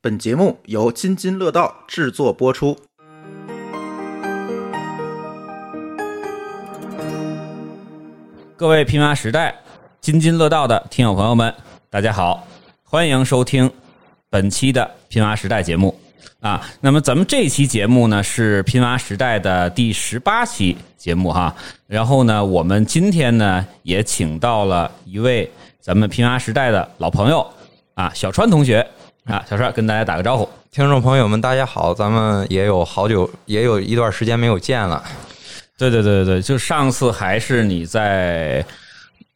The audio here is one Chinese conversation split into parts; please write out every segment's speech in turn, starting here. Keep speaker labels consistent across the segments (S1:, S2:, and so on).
S1: 本节目由津津乐道制作播出。
S2: 各位拼妈时代津津乐道的听友朋友们，大家好，欢迎收听本期的拼妈时代节目啊。那么咱们这期节目呢是拼妈时代的第十八期节目哈。然后呢，我们今天呢也请到了一位咱们拼妈时代的老朋友啊，小川同学啊，小川跟大家打个招呼。
S3: 听众朋友们，大家好，咱们也有好久，也有一段时间没有见了。
S2: 对对对对对，就上次还是你在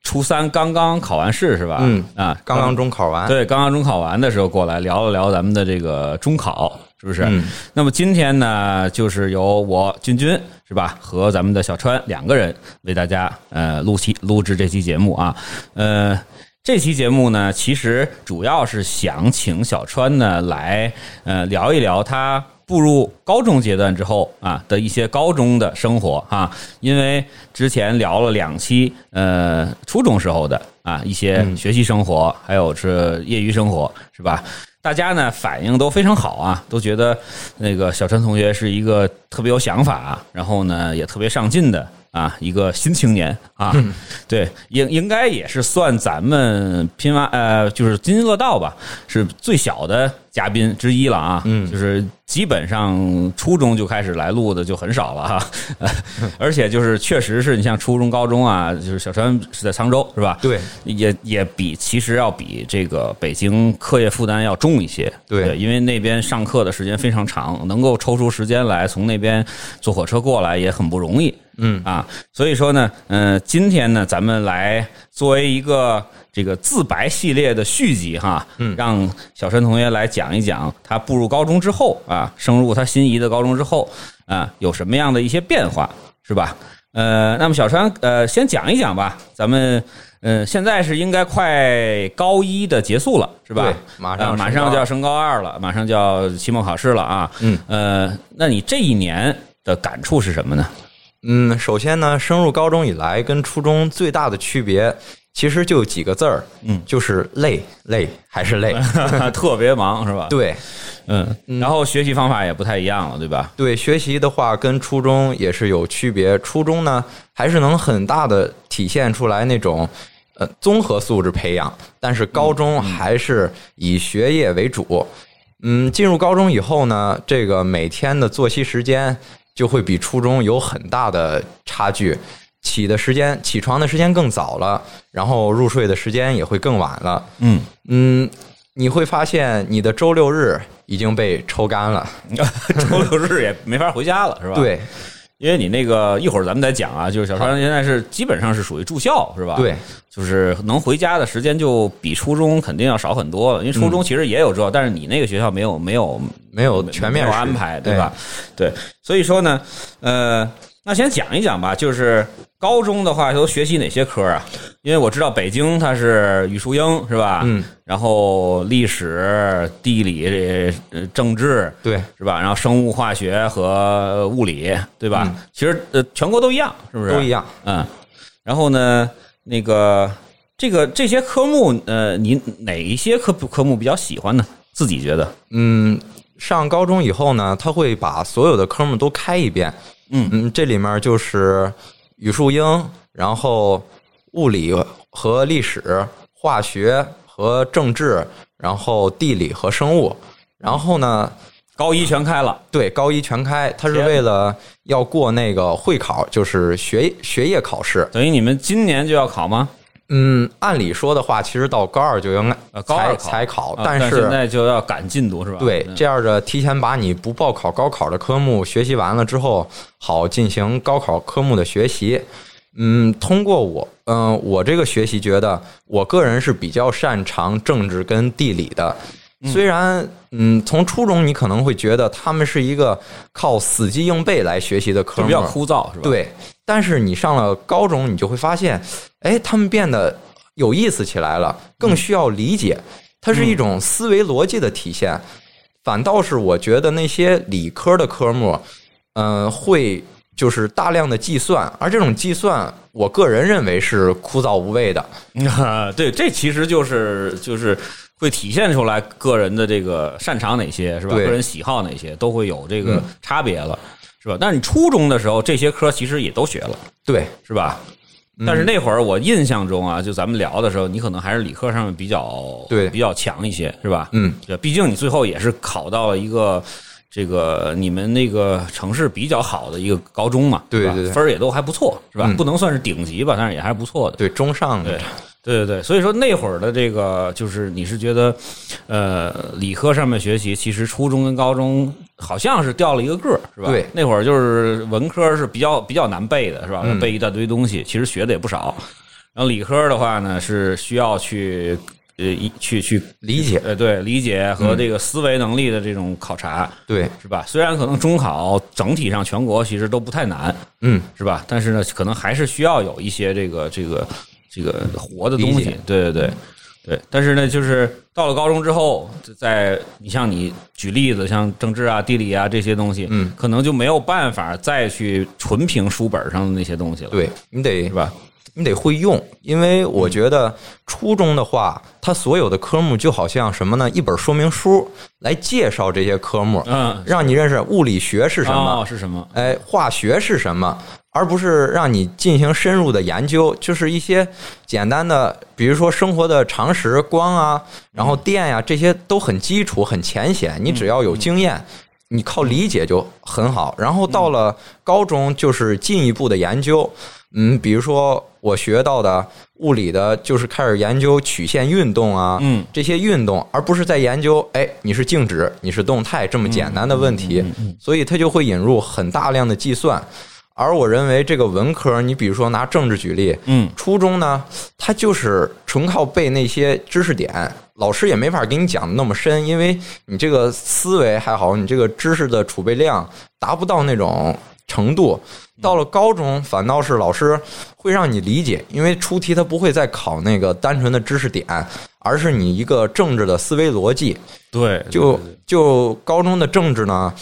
S2: 初三刚刚考完试是吧？
S3: 嗯
S2: 啊，
S3: 刚刚中考完，
S2: 对，刚刚中考完的时候过来聊了聊咱们的这个中考，是不是？
S3: 嗯
S2: 那么今天呢，就是由我君君是吧和咱们的小川两个人为大家呃录期录制这期节目啊，呃。这期节目呢，其实主要是想请小川呢来，呃，聊一聊他步入高中阶段之后啊的一些高中的生活啊，因为之前聊了两期，呃，初中时候的啊一些学习生活，还有是业余生活，是吧？大家呢反应都非常好啊，都觉得那个小川同学是一个特别有想法，啊然后呢也特别上进的啊一个新青年啊，
S3: 嗯
S2: 对，应应该也是算咱们拼完呃就是津津乐道吧，是最小的嘉宾之一了啊，嗯，就是基本上初中就开始来录的就很少了哈、啊
S3: 嗯
S2: 而且就是确实是你像初中、高中啊，就是小川是在沧州是吧？
S3: 对，
S2: 也也比其实要比这个北京课业负担要重一些，
S3: 对
S2: 因为那边上课的时间非常长，能够抽出时间来从那边坐火车过来也很不容易，嗯啊，所以说呢，嗯、今天呢，咱们来作为一个这个自白系列的续集哈，嗯，让小陈同学来讲一讲他步入高中之后啊，升入他心仪的高中之后啊，有什么样的一些变化，是吧？呃，那么小川，呃，先讲一讲吧，咱们，呃，现在是应该快高一的结束了，是吧
S3: 对？马上
S2: 呃马
S3: 升高
S2: 上就要
S3: 二
S2: 升高二了，马上就要期末考试了啊。
S3: 嗯，
S2: 呃，那你这一年的感触是什么呢？
S3: 嗯，首先呢，升入高中以来，跟初中最大的区别，其实就几个字儿，嗯，就是累，累还是累。
S2: 特别忙是吧？，
S3: 对
S2: 嗯，然后学习方法也不太一样了，对 吧？
S3: 对，学习的话跟初中也是有区别，初中呢还是能很大的体现出来那种。呃，综合素质培养，但是高中还是以学业为主，嗯，进入高中以后呢，这个每天的作息时间就会比初中有很大的差距，起的时间、起床的时间更早了，然后入睡的时间也会更晚了。
S2: 嗯
S3: 嗯，你会发现你的周六日已经被抽干了。
S2: 周六日也没法回家了，是吧？，
S3: 对
S2: 因为你那个一会儿咱们再讲啊，就是小川现在是基本上是属于住校，是吧？
S3: 对，
S2: 就是能回家的时间就比初中肯定要少很多了，因为初
S3: 嗯
S2: 中其实也有住校，但是你那个学校没有没有
S3: 没有全面
S2: 没有
S3: 实
S2: 安排，对吧？对，所以说呢，呃，那先讲一讲吧，就是高中的话都学习哪些科啊？因为我知道北京它是语数英是吧？
S3: 嗯，
S2: 然后历史、地理、呃政治。
S3: 对？对，
S2: 是吧？然后生物化学和物理，对吧？其实呃，全国都一样，是不是？
S3: 嗯都一样。
S2: 嗯，然后呢，那个这个这些科目，呃，你哪一些科科目比较喜欢呢？自己觉得，
S3: 嗯，上高中以后呢，他会把所有的科目都开一遍。
S2: 嗯
S3: 这里面就是语数英，然后物理和历史、化学和政治，然后地理和生物。然后呢，
S2: 高一全开了，
S3: 对高一全开，他是为了要过那个会考，就是学学业考试。
S2: 等于你们今年就要考吗？
S3: 嗯，按理说的话，其实到高二就应该、
S2: 呃，高二
S3: 才才考，
S2: 啊
S3: 但
S2: 但
S3: 是、
S2: 现在就要赶进度是吧？嗯
S3: 对，这样的提前把你不报考高考的科目学习完了之后，好进行高考科目的学习。嗯，通过我，嗯、我这个学习觉得，我个人是比较擅长政治跟地理的。虽然，嗯，从初中你可能会觉得他们是一个靠死记硬背来学习的科
S2: 就
S3: 目，
S2: 比较枯燥是吧？，
S3: 对，但是你上了高中，你就会发现，哎，他们变得有意思起来了，
S2: 嗯
S3: 更需要理解，它是一种思维逻辑的体现。反倒是我觉得那些理科的科目，嗯、会就是大量的计算，而这种计算，我个人认为是枯燥无味的。
S2: 对，这其实就是就是会体现出来个人的这个擅长哪些，是吧？
S3: 对
S2: 个人喜好哪些，都会有这个差别了，是吧？但是你初中的时候，这些科其实也都学了，
S3: 对，
S2: 是吧？但是那会儿我印象中啊，就咱们聊的时候，你可能还是理科上面比较
S3: 对
S2: 比较强一些，是吧？
S3: 嗯，
S2: 对，毕竟你最后也是考到了一个这个你们那个城市比较好的一个高中嘛，
S3: 对
S2: 是吧
S3: 对对
S2: 分儿也都还不错，是吧？
S3: 嗯
S2: 不能算是顶级吧，但是也还是不错的。
S3: 对中上
S2: 对
S3: 的，
S2: 对对对，所以说那会儿的这个就是你是觉得，呃，理科上面学习其实初中跟高中好像是掉了一个个儿，是吧？
S3: 对
S2: 那会儿就是文科是比较比较难背的，是吧？
S3: 嗯
S2: 背一大堆东西，其实学的也不少。然后理科的话呢，是需要去呃一去去
S3: 理解，
S2: 呃对理解
S3: 嗯
S2: 和这个思维能力的这种考察，
S3: 对，
S2: 是吧？虽然可能中考整体上全国其实都不太难，
S3: 嗯，
S2: 是吧？但是呢，可能还是需要有一些这个这个这个活的东
S3: 理
S2: 西
S3: 解。
S2: 对对对对。但是呢，就是到了高中之后，在你像你举例子，像政治啊、地理啊这些东西，
S3: 嗯，
S2: 可能就没有办法再去纯凭书本上的那些东西了，，
S3: 对你得
S2: 是吧？
S3: 你得会用，因为
S2: 嗯
S3: 我觉得初中的话，它所有的科目就好像什么呢？一本说明书来介绍这些科目，
S2: 嗯，
S3: 让你认识物理学是什
S2: 哦
S3: 么，
S2: 是什么？
S3: 哎，化学是什么，而不是让你进行深入的研究，就是一些简单的，比如说生活的常识，光
S2: 嗯
S3: 啊，然后电呀、这些都很基础、很浅显，你只要有经验。你靠理解就很好，然后到了
S2: 嗯
S3: 高中就是进一步的研究，嗯，比如说我学到的物理的，就是开始研究曲线运动啊，
S2: 嗯，
S3: 这些运动，而不是在研究，哎，你是静止，你是动态这么简单的问题，所以它就会引入很大量的计算。而我认为这个文科，你比如说拿政治举例，
S2: 嗯，
S3: 初中呢，它就是纯靠背那些知识点，老师也没法给你讲的那么深，因为你这个思维还好，你这个知识的储备量达不到那种程度。嗯到了高中，反倒是老师会让你理解，因为出题他不会再考那个单纯的知识点，而是你一个政治的思维逻辑。
S2: 对，
S3: 就就高中的政治呢，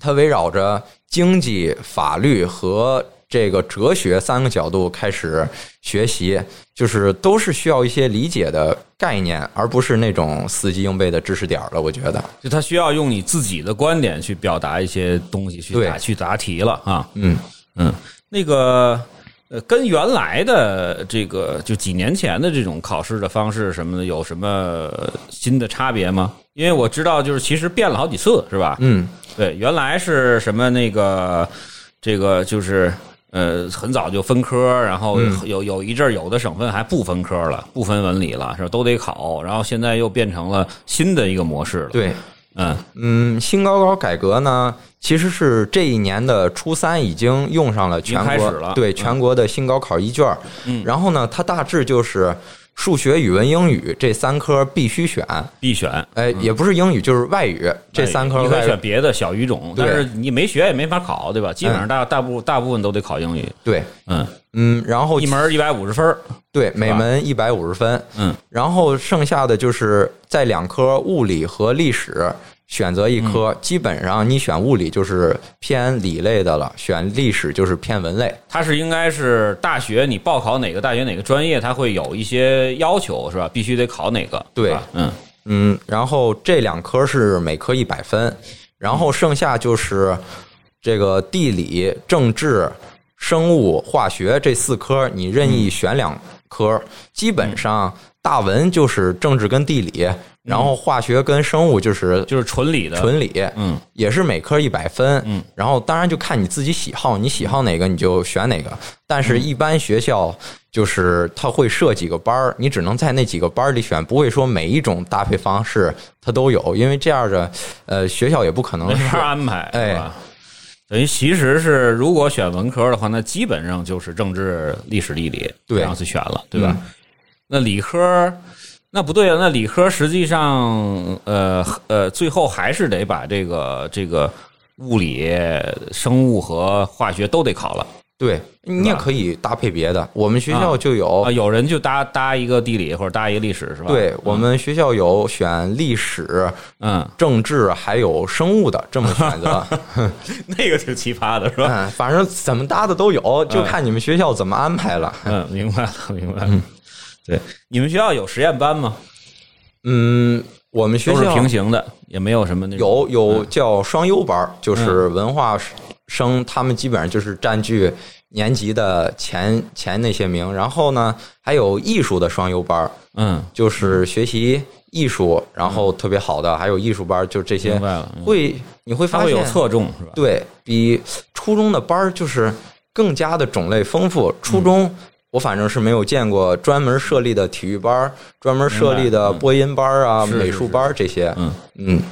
S3: 它围绕着经济、法律和这个哲学三个角度开始学习，就是都是需要一些理解的概念，而不是那种死记硬背的知识点儿了。我觉得，
S2: 就他需要用你自己的观点去表达一些东西，去
S3: 对
S2: 答去答题了啊。
S3: 嗯，
S2: 嗯，那个呃，跟原来的这个就几年前的这种考试的方式什么的，有什么新的差别吗？因为我知道，就是其实变了好几次，是吧？
S3: 嗯，
S2: 对，原来是什么那个这个就是。呃，很早就分科，然后
S3: 嗯
S2: 有有一阵儿，有的省份还不分科了，不分文理了，是吧？都得考，然后现在又变成了新的一个模式了。，
S3: 对，
S2: 嗯，
S3: 嗯，新高考改革呢，其实是这一年的初三已经用上了全
S2: 已经开
S3: 国
S2: 始了
S3: 对
S2: 嗯
S3: 全国的新高考一卷。
S2: 嗯
S3: 然后呢，它大致就是数学、语文、英语这三科必须选。
S2: 必选
S3: 哎，也不是英语就是外语这三科
S2: 哎你可以
S3: 外
S2: 选
S3: 语。
S2: 别的小语种，
S3: 对嗯
S2: 但是你没学也没法考，对吧？基本上大大部大部分都得考英语，
S3: 对，
S2: 嗯，
S3: 嗯，然后
S2: 一门一百五十分儿，
S3: 对每门一百五十分，
S2: 嗯，
S3: 然后剩下的就是在两科物理和历史选择一
S2: 嗯
S3: 科，基本上你选物理就是偏理类的了，选历史就是偏文类。
S2: 它是应该是大学你报考哪个大学哪个专业，它会有一些要求是吧？必须得考哪个，
S3: 对
S2: 是吧嗯，
S3: 嗯，然后这两科是每科一百分，然后剩下就是这个地理、政治、生物、化学这四科，你任意选两科。基本上大文就是政治跟地理，然后化学跟生物就是
S2: 就是纯理的，
S3: 纯理，
S2: 嗯，
S3: 也是每科一百分。
S2: 嗯，
S3: 然后当然就看你自己喜好，你喜好哪个你就选哪个。但是，一般学校就是它会设几个班儿，你只能在那几个班儿里选，不会说每一种搭配方式它都有，因为这样的呃学校也不可能
S2: 没
S3: 是
S2: 法安排，
S3: 哎
S2: 是吧？等于其实是，如果选文科的话，那基本上就是政治、历史、地理
S3: 对嗯
S2: 这样去选了，对吧？那理科，那不对啊，那理科实际上，呃呃，最后还是得把这个这个物理、生物和化学都得考了
S3: 对，你也可以搭配别的。我们学校就有
S2: 啊、有人就搭搭一个地理或者搭一个历史是吧？
S3: 对我们学校有选历史、
S2: 嗯，
S3: 政治还有生物的这么选择。
S2: 那个挺奇葩的是吧？
S3: 嗯，反正怎么搭的都有，就看你们学校怎么安排了。
S2: 嗯
S3: 嗯
S2: 嗯，明白了，明白了。对，你们学校有实验班吗？
S3: 嗯，我们学
S2: 都是
S3: 校
S2: 平行的，也没有什么那种
S3: 有有叫双优班
S2: 嗯
S3: 儿，就是文化生，他们基本上就是占据年级的前前那些名。然后呢，还有艺术的双优班儿，
S2: 嗯，
S3: 就是学习艺术，然后特别好的，还有艺术班儿，就这些
S2: 明白了嗯
S3: 会你会
S2: 它
S3: 发
S2: 会
S3: 现
S2: 有侧重是吧？
S3: 对比初中的班儿就是更加的种类丰
S2: 嗯
S3: 富。初中我反正是没有见过专门设立的体育班儿、专门设立的
S2: 明白嗯
S3: 播音班儿啊、
S2: 是是
S3: 美术班儿这些。
S2: 嗯
S3: 嗯，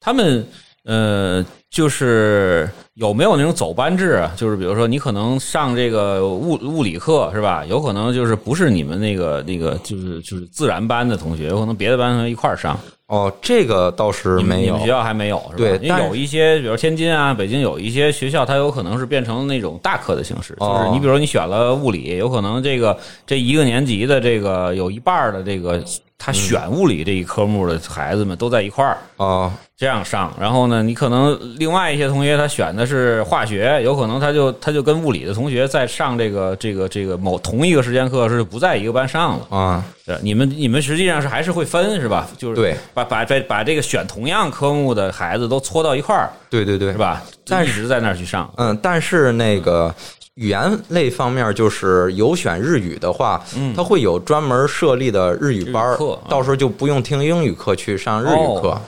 S2: 他们呃，就是有没有那种走班制啊？就是比如说，你可能上这个物物理课是吧？有可能就是不是你们那个那个就是就是自然班的同学，有可能别的班同学一块儿上。
S3: 哦，这个倒是
S2: 你们
S3: 没
S2: 你
S3: 有
S2: 们学。校还没有是吧？
S3: 对
S2: 因
S3: 但
S2: 为
S3: 是
S2: 有一些，比如天津啊、北京有一些学校，它有可能是变成那种大课的形式，
S3: 哦
S2: 就是你比如说你选了物理，有可能这个这一个年级的这个有一半儿的这个
S3: 嗯
S2: 他选物理这一科目的孩子们都在一块儿。
S3: 哦，
S2: 这样上，然后呢，你可能另外一些同学他选的是化学，有可能他就他就跟物理的同学在上这个这个这个某同一个时间课是不在一个班上了。
S3: 啊、
S2: 对，呃你们你们实际上是还是会分是吧？就是
S3: 对
S2: 把把这把这个选同样科目的孩子都搓到一块儿
S3: 对对对，
S2: 是？吧？就
S3: 但
S2: 一
S3: 是
S2: 直在那儿去上，
S3: 嗯，但是那个语言类方面，就是有选日语的话，它会有专门设立的日语班
S2: 嗯日语
S3: 儿
S2: 课啊，
S3: 到时候就不用听英语课去上日语课。
S2: 哦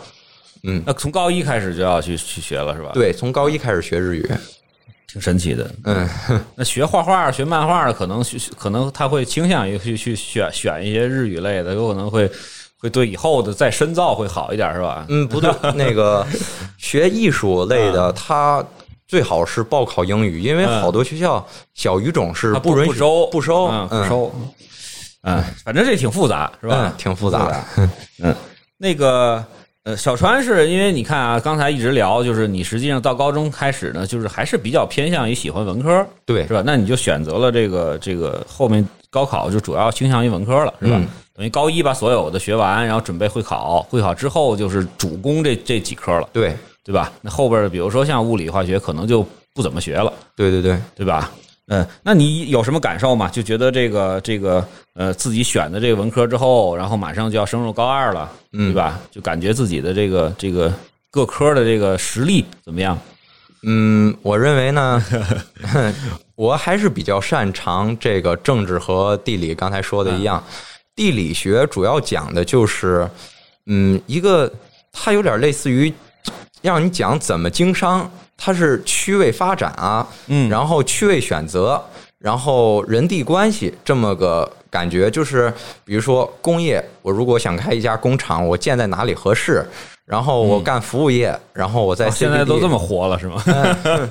S2: 那从高一开始就要去去学了是吧？，
S3: 对，从高一开始学日语。
S2: 挺神奇的。
S3: 嗯，
S2: 那学画画、学漫画的，可能去可能他会倾向于去去选选一些日语类的，有可能会会对以后的再深造会好一点，是吧？
S3: 嗯，不对，那个学艺术类的，他最好是报考英语，因为
S2: 嗯
S3: 好多学校小语种是
S2: 他
S3: 不允
S2: 不
S3: 许
S2: 收
S3: 不收
S2: 嗯不
S3: 嗯
S2: 收，嗯，反正这挺复杂，是吧
S3: 嗯？挺复杂的。
S2: 那个呃，小川是因为你看啊，刚才一直聊，就是你实际上到高中开始呢，就是还是比较偏向于喜欢文科，
S3: 对
S2: 是吧？那你就选择了这个这个后面高考就主要倾向于文科了，是吧？
S3: 嗯
S2: 等于高一把所有的学完，然后准备会考，会考之后就是主攻这这几科了，
S3: 对
S2: 对吧？那后边儿比如说像物理、化学，可能就不怎么学了，
S3: 对对对，
S2: 对吧？嗯，那你有什么感受吗？就觉得这个这个呃，自己选的这个文科之后，然后马上就要升入高二了，
S3: 嗯
S2: 对吧？就感觉自己的这个这个各科的这个实力怎么样？
S3: 嗯，我认为 呢，我还是比较擅长这个政治和地理。刚才说的一样，地理学主要讲的就是，嗯，一个它有点类似于让你讲怎么经商，它是区位发展啊，
S2: 嗯
S3: 然后区位选择，然后人地关系这么个感觉，就是比如说工业，我如果想开一家工厂，我建在哪里合适？然后我干服务业，然后我在
S2: 嗯
S3: CBD,、
S2: 哦现在都这么活了是吗？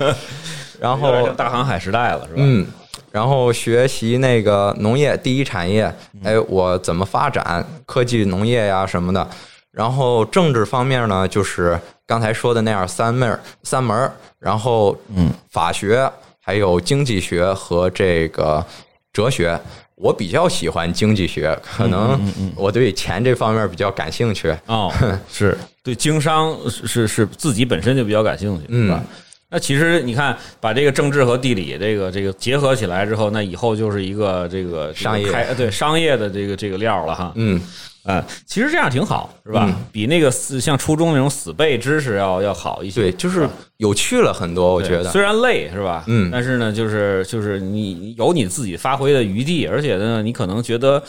S2: 有点
S3: 然嗯后
S2: 像大航海时代了是吧？
S3: 嗯，然后学习那个农业第一产业，
S2: 嗯
S3: 哎，我怎么发展科技农业呀什么的。然后政治方面呢，就是刚才说的那样三门儿三门儿，然后嗯，法学还有经济学和这个哲学。我比较喜欢经济学，可
S2: 嗯
S3: 能我对钱这方面比较感兴趣。
S2: 哦，是对经商是是是自己本身就比较感兴趣，
S3: 嗯
S2: 是吧？那其实你看，把这个政治和地理这个这个结合起来之后，那以后就是一个这个这个
S3: 商业
S2: 开对商业的这个这个料了哈。
S3: 嗯，
S2: 呃，其实这样挺好，是吧？比那个死像初中那种死背知识要要好一些。
S3: 对，就是有趣了很多，我
S2: 我
S3: 觉得。
S2: 虽然累是吧？
S3: 嗯
S2: 但是呢，就是就是你你有你自己发挥的余地，而且呢，你可能觉得，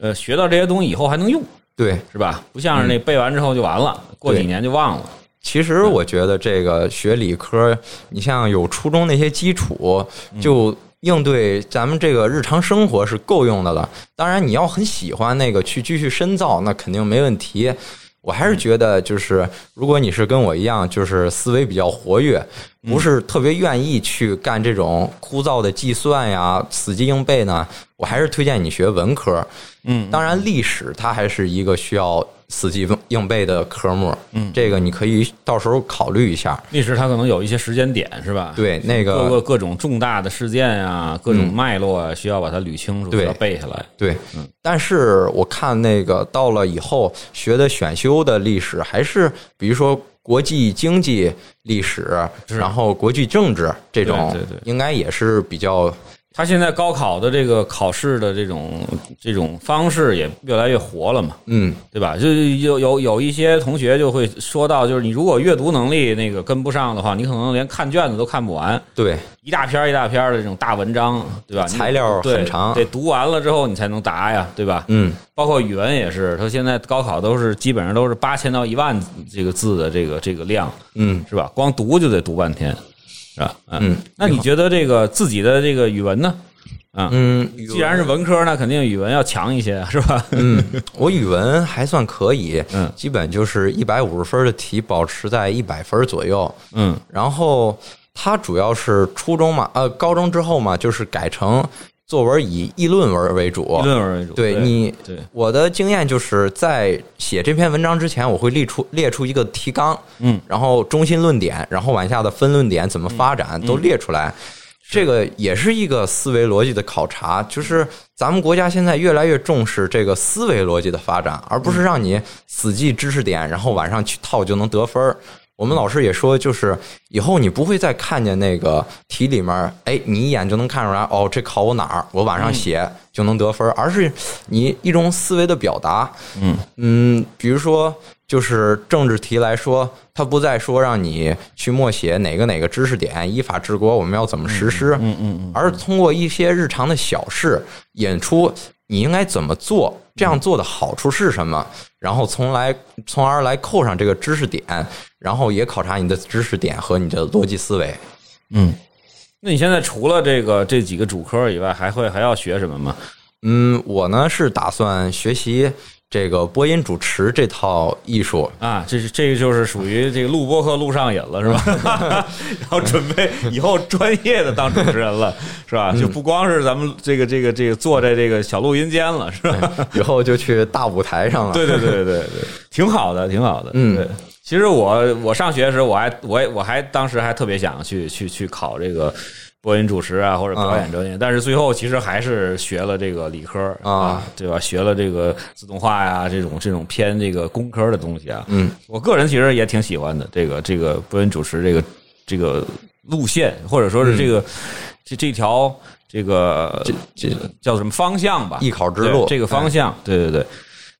S2: 呃，学到这些东西以后还能用，
S3: 对，
S2: 是吧？不像是那背完之后就完了，过几
S3: 嗯对
S2: 年就忘了。
S3: 其实我觉得这个学理科，你像有初中那些基础，就应对咱们这个日常生活是够用的了。当然，你要很喜欢那个去继续深造，那肯定没问题。我还是觉得，就是如果你是跟我一样，就是思维比较活跃，不是特别愿意去干这种枯燥的计算呀、死记硬背呢，我还是推荐你学文科。
S2: 嗯，
S3: 当然，历史它还是一个需要死记硬背的科目。嗯，这个你可以到时候考虑一下。
S2: 历史它可能有一些时间点，是吧？，
S3: 对，那
S2: 各
S3: 个嗯
S2: 个各种重大的事件啊，各种脉络啊，需要把它捋清楚，
S3: 对
S2: 要背下来。
S3: 对，但是我看那个到了以后学的选修的历史，还是比如说国际经济历史，然后国际政治这种
S2: 对对对，
S3: 应该也是比较
S2: 他现在高考的这个考试的这种这种方式也越来越活了嘛，
S3: 嗯，
S2: 对吧？就有有有一些同学就会说到，就是你如果阅读能力那个跟不上的话，你可能连看卷子都看不完，
S3: 对，
S2: 一大篇儿一大篇儿的这种大文章，对吧？你
S3: 材料
S2: 对
S3: 很长
S2: 得读完了之后你才能答呀，对吧？
S3: 嗯，
S2: 包括语文也是，他现在高考都是基本上都是八千到一万这个字的这个这个量，
S3: 嗯，
S2: 是吧？光读就得读半天，是吧？啊
S3: 嗯，
S2: 那你觉得这个自己的这个语文呢？啊，
S3: 嗯，
S2: 既然是文科，那肯定语文要强一些，啊是吧？
S3: 嗯我语文还算可以，
S2: 嗯
S3: 基本就是一百五十分的题保持在一百分左右，
S2: 嗯
S3: 然后它主要是初中嘛，呃，高中之后嘛，就是改成作文以议论文为主。
S2: 以论文为主。
S3: 对你，
S2: 对，
S3: 我的经验就是在写这篇文章之前，我会列出列出一个提纲，
S2: 嗯，
S3: 然后中心论点，然后往下的分论点怎么发展都列出来。这个也是一个思维逻辑的考察，就是咱们国家现在越来越重视这个思维逻辑的发展，而不是让你死记知识点，然后晚上去套就能得分儿。我们老师也说，就是以后你不会再看见那个题里面，哎，你一眼就能看出来，哦，这考我哪儿，我晚上写就能得分儿，而是你一种思维的表达。
S2: 嗯
S3: 嗯，比如说，就是政治题来说，它不再说让你去默写哪个哪个知识点，依法治国，我们要怎么实施，
S2: 嗯嗯嗯，
S3: 而是通过一些日常的小事演出你应该怎么做，这样做的好处是什么，然后从来从而来扣上这个知识点，然后也考察你的知识点和你的逻辑思维。
S2: 嗯。那你现在除了这个这几个主科以外，还会还要学什么吗？
S3: 嗯，我呢是打算学习这个播音主持这套艺术，
S2: 啊，这是这个就是属于这个录播课录上瘾了，是吧？ 然后准备以后专业的当主持人了，是吧？就不光是咱们这个这个这个坐在这个小录音间了，是吧？
S3: 以后就去大舞台上了。
S2: 对对对对对对， 挺好的，挺好的。
S3: 嗯
S2: 对，其实我我上学的时候，我还我也我还当时还特别想去去去考这个播音主持啊，或者表演专业，但是最后其实还是学了这个理科
S3: 啊，
S2: 对吧？学了这个自动化呀、这种这种偏这个工科的东西啊。
S3: 嗯，
S2: 我个人其实也挺喜欢的，这个这个播音主持这个这个路线，或者说是这个、这这条这个
S3: 这这
S2: 叫什么方向吧？
S3: 艺考之路
S2: 对
S3: 哎
S2: 这个方向，对对对。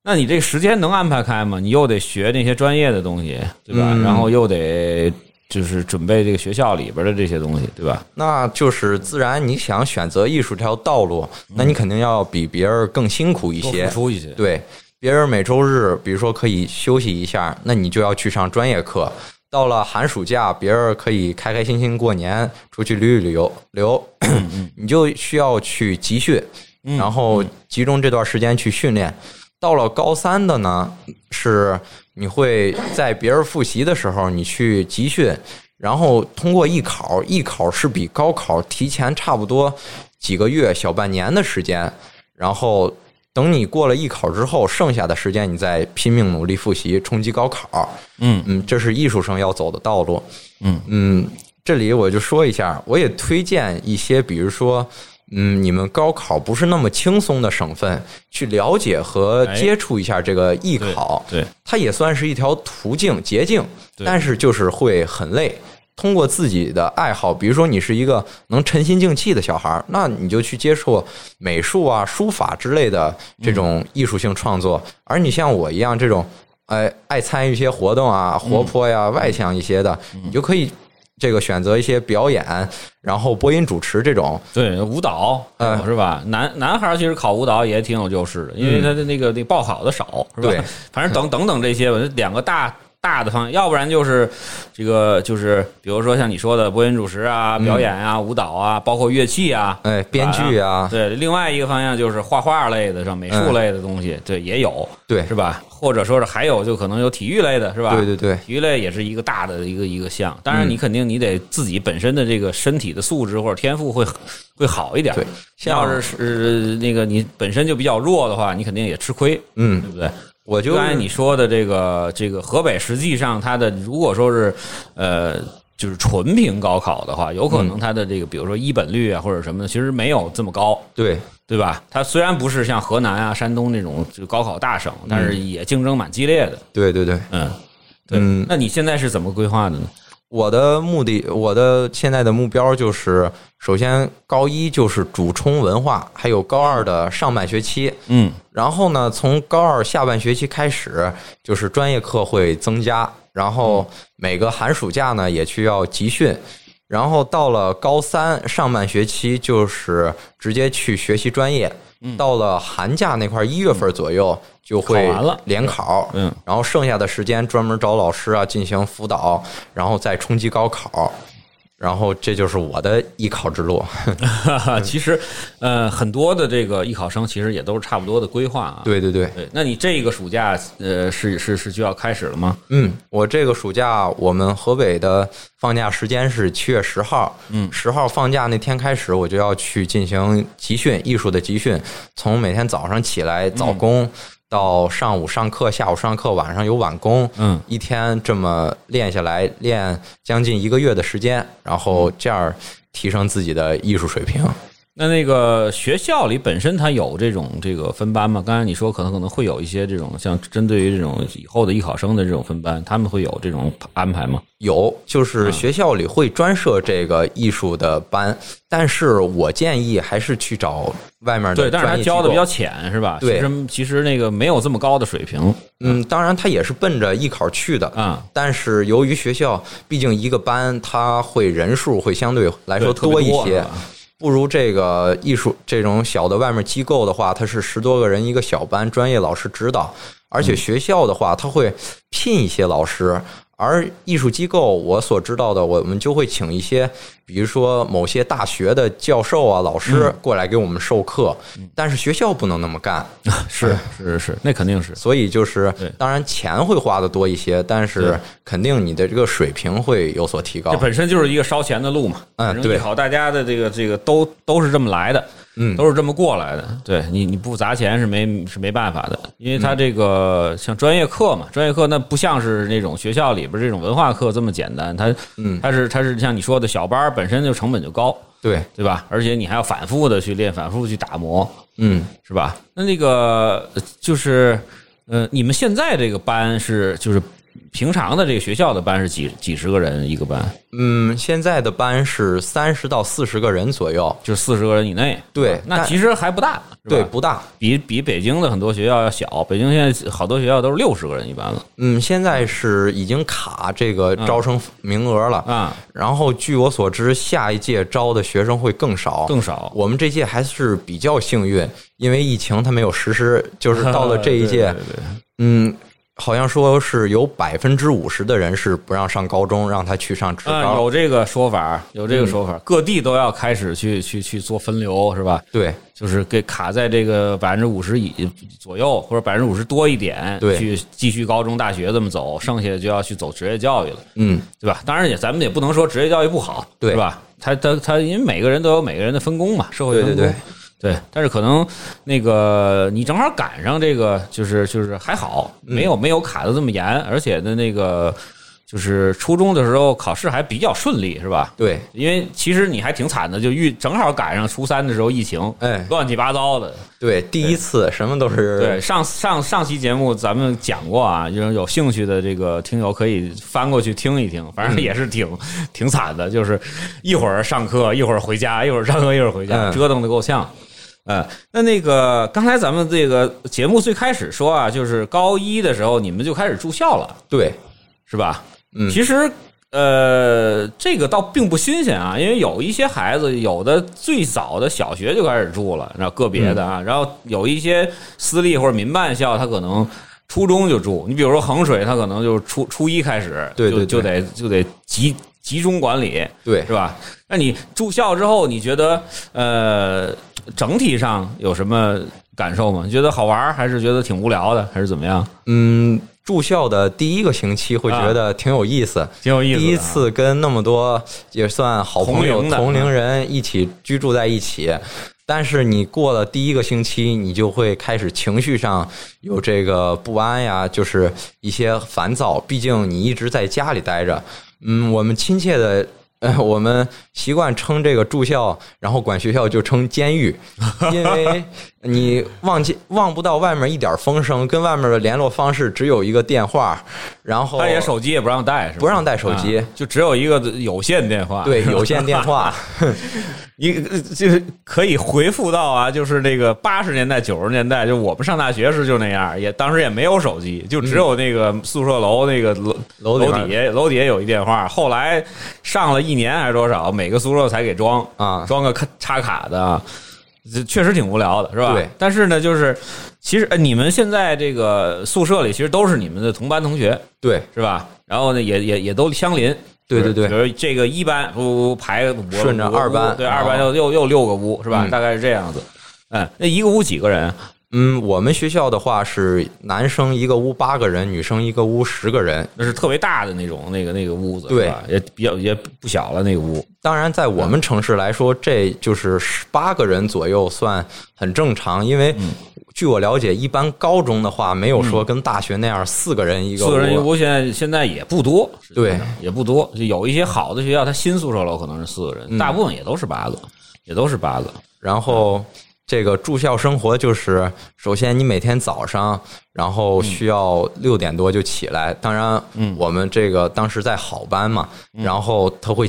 S2: 那你这个时间能安排开吗？你又得学那些专业的东西，对吧？
S3: 嗯
S2: 然后又得就是准备这个学校里边的这些东西，对吧？
S3: 那就是自然，你想选择艺术这条道路，那你肯定要比别人更辛苦一
S2: 嗯多
S3: 些
S2: 付。出一些，
S3: 对，别人每周日，比如说可以休息一下，那你就要去上专业课。到了寒暑假，别人可以开开心心过年，出去旅旅游游，
S2: 嗯
S3: 你就需要去集训，然后集中这段时间去训练。到了高三的呢，是你会在别人复习的时候，你去集训，然后通过艺考，艺考是比高考提前差不多几个月、小半年的时间，然后等你过了艺考之后，剩下的时间你再拼命努力复习，冲击高考。
S2: 嗯
S3: 嗯，这是艺术生要走的道路。
S2: 嗯
S3: 嗯，这里我就说一下，我也推荐一些，比如说。嗯，你们高考不是那么轻松的省份，去了解和
S2: 哎
S3: 接触一下这个艺
S2: 对
S3: 考，
S2: 对，
S3: 它也算是一条途径捷径，
S2: 对
S3: 但是就是会很累。通过自己的爱好，比如说你是一个能沉心静气的小孩儿，那你就去接触美术啊、书法之类的这种艺术性创作。而你像我一样这种，哎，爱参与一些活动
S2: 嗯
S3: 啊，活泼呀、外向一些的，你就可以这个选择一些表演，然后播音主持这种。
S2: 对舞蹈，
S3: 嗯
S2: 是吧？男男孩儿其实考舞蹈也挺有优势的，因为他的那个那个报考的少，是吧
S3: 对？嗯
S2: 反正等等等这些吧，这两个大大的方向，要不然就是这个就是比如说像你说的播音主持啊、表演啊、
S3: 嗯
S2: 舞蹈啊，包括乐器啊。
S3: 哎，编剧啊，嗯
S2: 对，另外一个方向就是画画类的，像美术类的东西，对，也有，
S3: 对
S2: 是吧？或者说是还有，就可能有体育类啊的，是吧？
S3: 对对对，
S2: 体育类也是一个大的一个一个项，当
S3: 嗯
S2: 然你肯定你得自己本身的这个身体的素质或者天赋会会好一点。
S3: 对，
S2: 要是是那个你本身就比较弱的话，你肯定也吃亏，
S3: 嗯
S2: 对，不对？
S3: 我就
S2: 刚才你说的这个这个河北，实际上它的如果说是呃。就是纯凭高考的话，有可能它的这个，比如说一本率啊，或者什么的，其实没有这么高，
S3: 对，
S2: 对吧？它虽然不是像河南啊、山东那种就高考大省，但
S3: 嗯
S2: 是也竞争蛮激烈的。
S3: 对对对，
S2: 嗯，对。
S3: 嗯
S2: 那你现在是怎么规划的呢？
S3: 我的目的，我的现在的目标就是，首先高一就是主冲文化，还有高二的上半学期，
S2: 嗯，
S3: 然后呢，从高二下半学期开始，就是专业课会增加，然后
S2: 嗯
S3: 每个寒暑假呢也去要集训，然后到了高三上半学期就是直接去学习专业，到了寒假那块儿一月份左右就会
S2: 嗯考完了
S3: 联考，
S2: 嗯，
S3: 然后剩下的时间专门找老师啊进行辅导，然后再冲击高考，然后这就是我的艺考之路。
S2: 哈哈， 其实，呃，很多的这个艺考生其实也都是差不多的规划啊。
S3: 对对对，
S2: 对，那你这个暑假，呃，是是是就要开始了吗？
S3: 嗯，我这个暑假我们河北的放假时间是七月十号，嗯，十号放假那天开始，我就要去进行集训，艺术的集训，从每天早上起来早工。到上午上课，下午上课，晚上有晚工，
S2: 嗯，
S3: 一天这么练下来，练将近一个月的时间，然后这样提升自己的艺术水平。
S2: 那那个学校里本身它有这种这个分班吗？刚才你说可能可能会有一些这种像针对于这种以后的艺考生的这种分班，他们会有这种安排吗？
S3: 有，
S2: 嗯
S3: 就是学校里会专设这个艺术的班，但是我建议还是去找外面的
S2: 对，但是他
S3: 专业机
S2: 教的比
S3: 构
S2: 较浅，是吧？
S3: 对
S2: 其实其实那个没有这么高的水平
S3: 嗯，当然他也是奔着艺考去的，
S2: 啊。
S3: 但是由于学校毕竟一个班，他会人数会相对来说
S2: 对特别
S3: 一
S2: 多是啊
S3: 些
S2: 吧，
S3: 不如这个艺术这种小的外面机构的话，它是十多个人一个小班，专业老师指导，而
S2: 嗯
S3: 且学校的话，他会聘一些老师。而艺术机构，我所知道的，我们就会请一些，比如说某些大学的教授啊、老师
S2: 嗯
S3: 过来给我们授课，但是学校不能那么干，
S2: 是是是，那肯定是。
S3: 所以就是
S2: 对，
S3: 当然钱会花的多一些，但
S2: 对
S3: 是肯定你的这个水平会有所提
S2: 这
S3: 高。
S2: 本身就是一个烧钱的路嘛，
S3: 嗯
S2: 反正
S3: 对
S2: 艺考大家的这个这个都都是这么来的，
S3: 嗯
S2: 都是这么过来的。对你你不砸钱是没是没办法的，因为他这个像专业课嘛，专业课那不像是那种学校里边这种文化课这么简单，它
S3: 嗯
S2: 它是它是像你说的小班儿本身就成本就高，
S3: 对，
S2: 对吧？而且你还要反复的去练，反复地去打磨，
S3: 嗯，
S2: 是吧？那那个呃就是呃，你们现在这个班是就是平常的这个学校的班是几几十个人一个班？
S3: 嗯，现在的班是三十到四十个人左右，
S2: 就四十个人以内。
S3: 对
S2: 那
S3: 但
S2: 其实还不大，是吧
S3: 对，不大。
S2: 比比北京的很多学校要小。北京现在好多学校都是六十个人一班了
S3: 嗯，现在是已经卡这个
S2: 嗯
S3: 招生名额了。
S2: 啊，
S3: 然后据我所知，下一届招的学生会更少，
S2: 更少。
S3: 我们这届还是比较幸运，因为疫情它没有实施，就是到了这 一届，
S2: 对对对
S3: 嗯，好像说是有百分之五十的人是不让上高中，让他去上职
S2: 啊，
S3: 高。
S2: 有这个说法，有这个说
S3: 嗯
S2: 法，各地都要开始去去去做分流，是吧？
S3: 对，
S2: 就是给卡在这个百分之五十以左右，或者百分之五十多一点，
S3: 对
S2: 去继续高中、大学这么走，剩下的就要去走职业教育了。
S3: 嗯，
S2: 对吧？当然也，咱们也不能说职业教育不好，
S3: 对
S2: 是吧？他他他，因为每个人都有每个人的分工嘛，社会分工。
S3: 对对
S2: 对但是可能那个你正好赶上这个，就是就是还好，
S3: 嗯
S2: 没有、没有卡的这么严，而且呢那个就是初中的时候考试还比较顺利，是吧？
S3: 对，
S2: 因为其实你还挺惨的，就遇正好赶上初三的时候疫情，
S3: 哎
S2: 乱七八糟的。
S3: 对，第一次什么都是
S2: 嗯对，上上上期节目咱们讲过啊，就是有兴趣的这个听友可以翻过去听一听，反正
S3: 嗯
S2: 也是挺、挺惨的，就是一会儿上课，一会儿回家，一会儿上课，一会儿回家，
S3: 嗯
S2: 折腾的够呛。呃，那那个刚才咱们这个节目最开始说啊，就是高一的时候你们就开始住校了，
S3: 对，
S2: 是吧？
S3: 嗯
S2: 其实呃，这个倒并不新鲜啊，因为有一些孩子，有的最早的小学就开始住了，然后个别的啊，
S3: 嗯
S2: 然后有一些私立或者民办校，他可能。初中就住，你比如说衡水，他可能就是初初一开始就
S3: 对对对
S2: 就得就得集集中管理，
S3: 对
S2: 是吧？那你住校之后，你觉得呃整体上有什么感受吗？你觉得好玩儿，还是觉得挺无聊的，还是怎么样？
S3: 嗯，住校的第一个星期
S2: 啊
S3: 会觉得挺有意思，
S2: 挺有意思的啊
S3: 第一次跟那么多也算好朋友
S2: 同龄的嗯
S3: 同龄人一起居住在一起。但是你过了第一个星期，你就会开始情绪上有这个不安呀，就是一些烦躁。毕竟你一直在家里待着，嗯，我们亲切的， 呃，我们习惯称这个住校，然后管学校就称监狱，因为你望见望不到外面一点风声，跟外面的联络方式只有一个电话，然后
S2: 他也手机哦也不让带，是吧
S3: 不让带手机
S2: 啊就只有一个有线电话。
S3: 对 有线电话，
S2: 你就是可以回复到啊，就是那个八十年代、九十年代，就我们上大学时就那样，也当时也没有手机，就只有那个宿舍楼那个楼
S3: 楼里
S2: 嗯楼
S3: 边
S2: 底下楼底下有一电话。后来上了一年还是多少，每个宿舍才给装
S3: 啊
S2: 装个卡插卡的啊，这确实挺无聊的，是吧？
S3: 对
S2: 但是呢，就是其实呃你们现在这个宿舍里其实都是你们的同班同学，
S3: 对
S2: 是吧？然后呢，也也也都相邻。
S3: 对对对
S2: 比如这个一班呜呜呜排五个
S3: 顺着
S2: 五个屋
S3: 二班
S2: 对
S3: 然
S2: 二
S3: 后
S2: 班又又又六个屋是吧？
S3: 嗯
S2: 大概是这样子。嗯，那一个屋几个人啊？
S3: 嗯，我们学校的话是男生一个屋八个人，女生一个屋十个人。
S2: 那是特别大的那种那个那个屋子，
S3: 对
S2: 是吧？也比较也不小了那个屋。
S3: 当然，在我们城市来说，这就是十八个人左右算很正常，因
S2: 嗯
S3: 为据我了解，一般高中的话没有说跟大学那样四个人一个
S2: 四个人一
S3: 屋。啊
S2: 屋现在现在也不多，实际
S3: 对
S2: 上也不多。就有一些好的学校，它新宿舍楼可能是四个人，
S3: 嗯
S2: 大部分也都是八个，也都是八个。
S3: 然后这个住校生活就是，首先你每天早上，然
S2: 嗯
S3: 后需要六点多就起来。当然，我们这个当时在好班嘛，
S2: 嗯
S3: 然后他会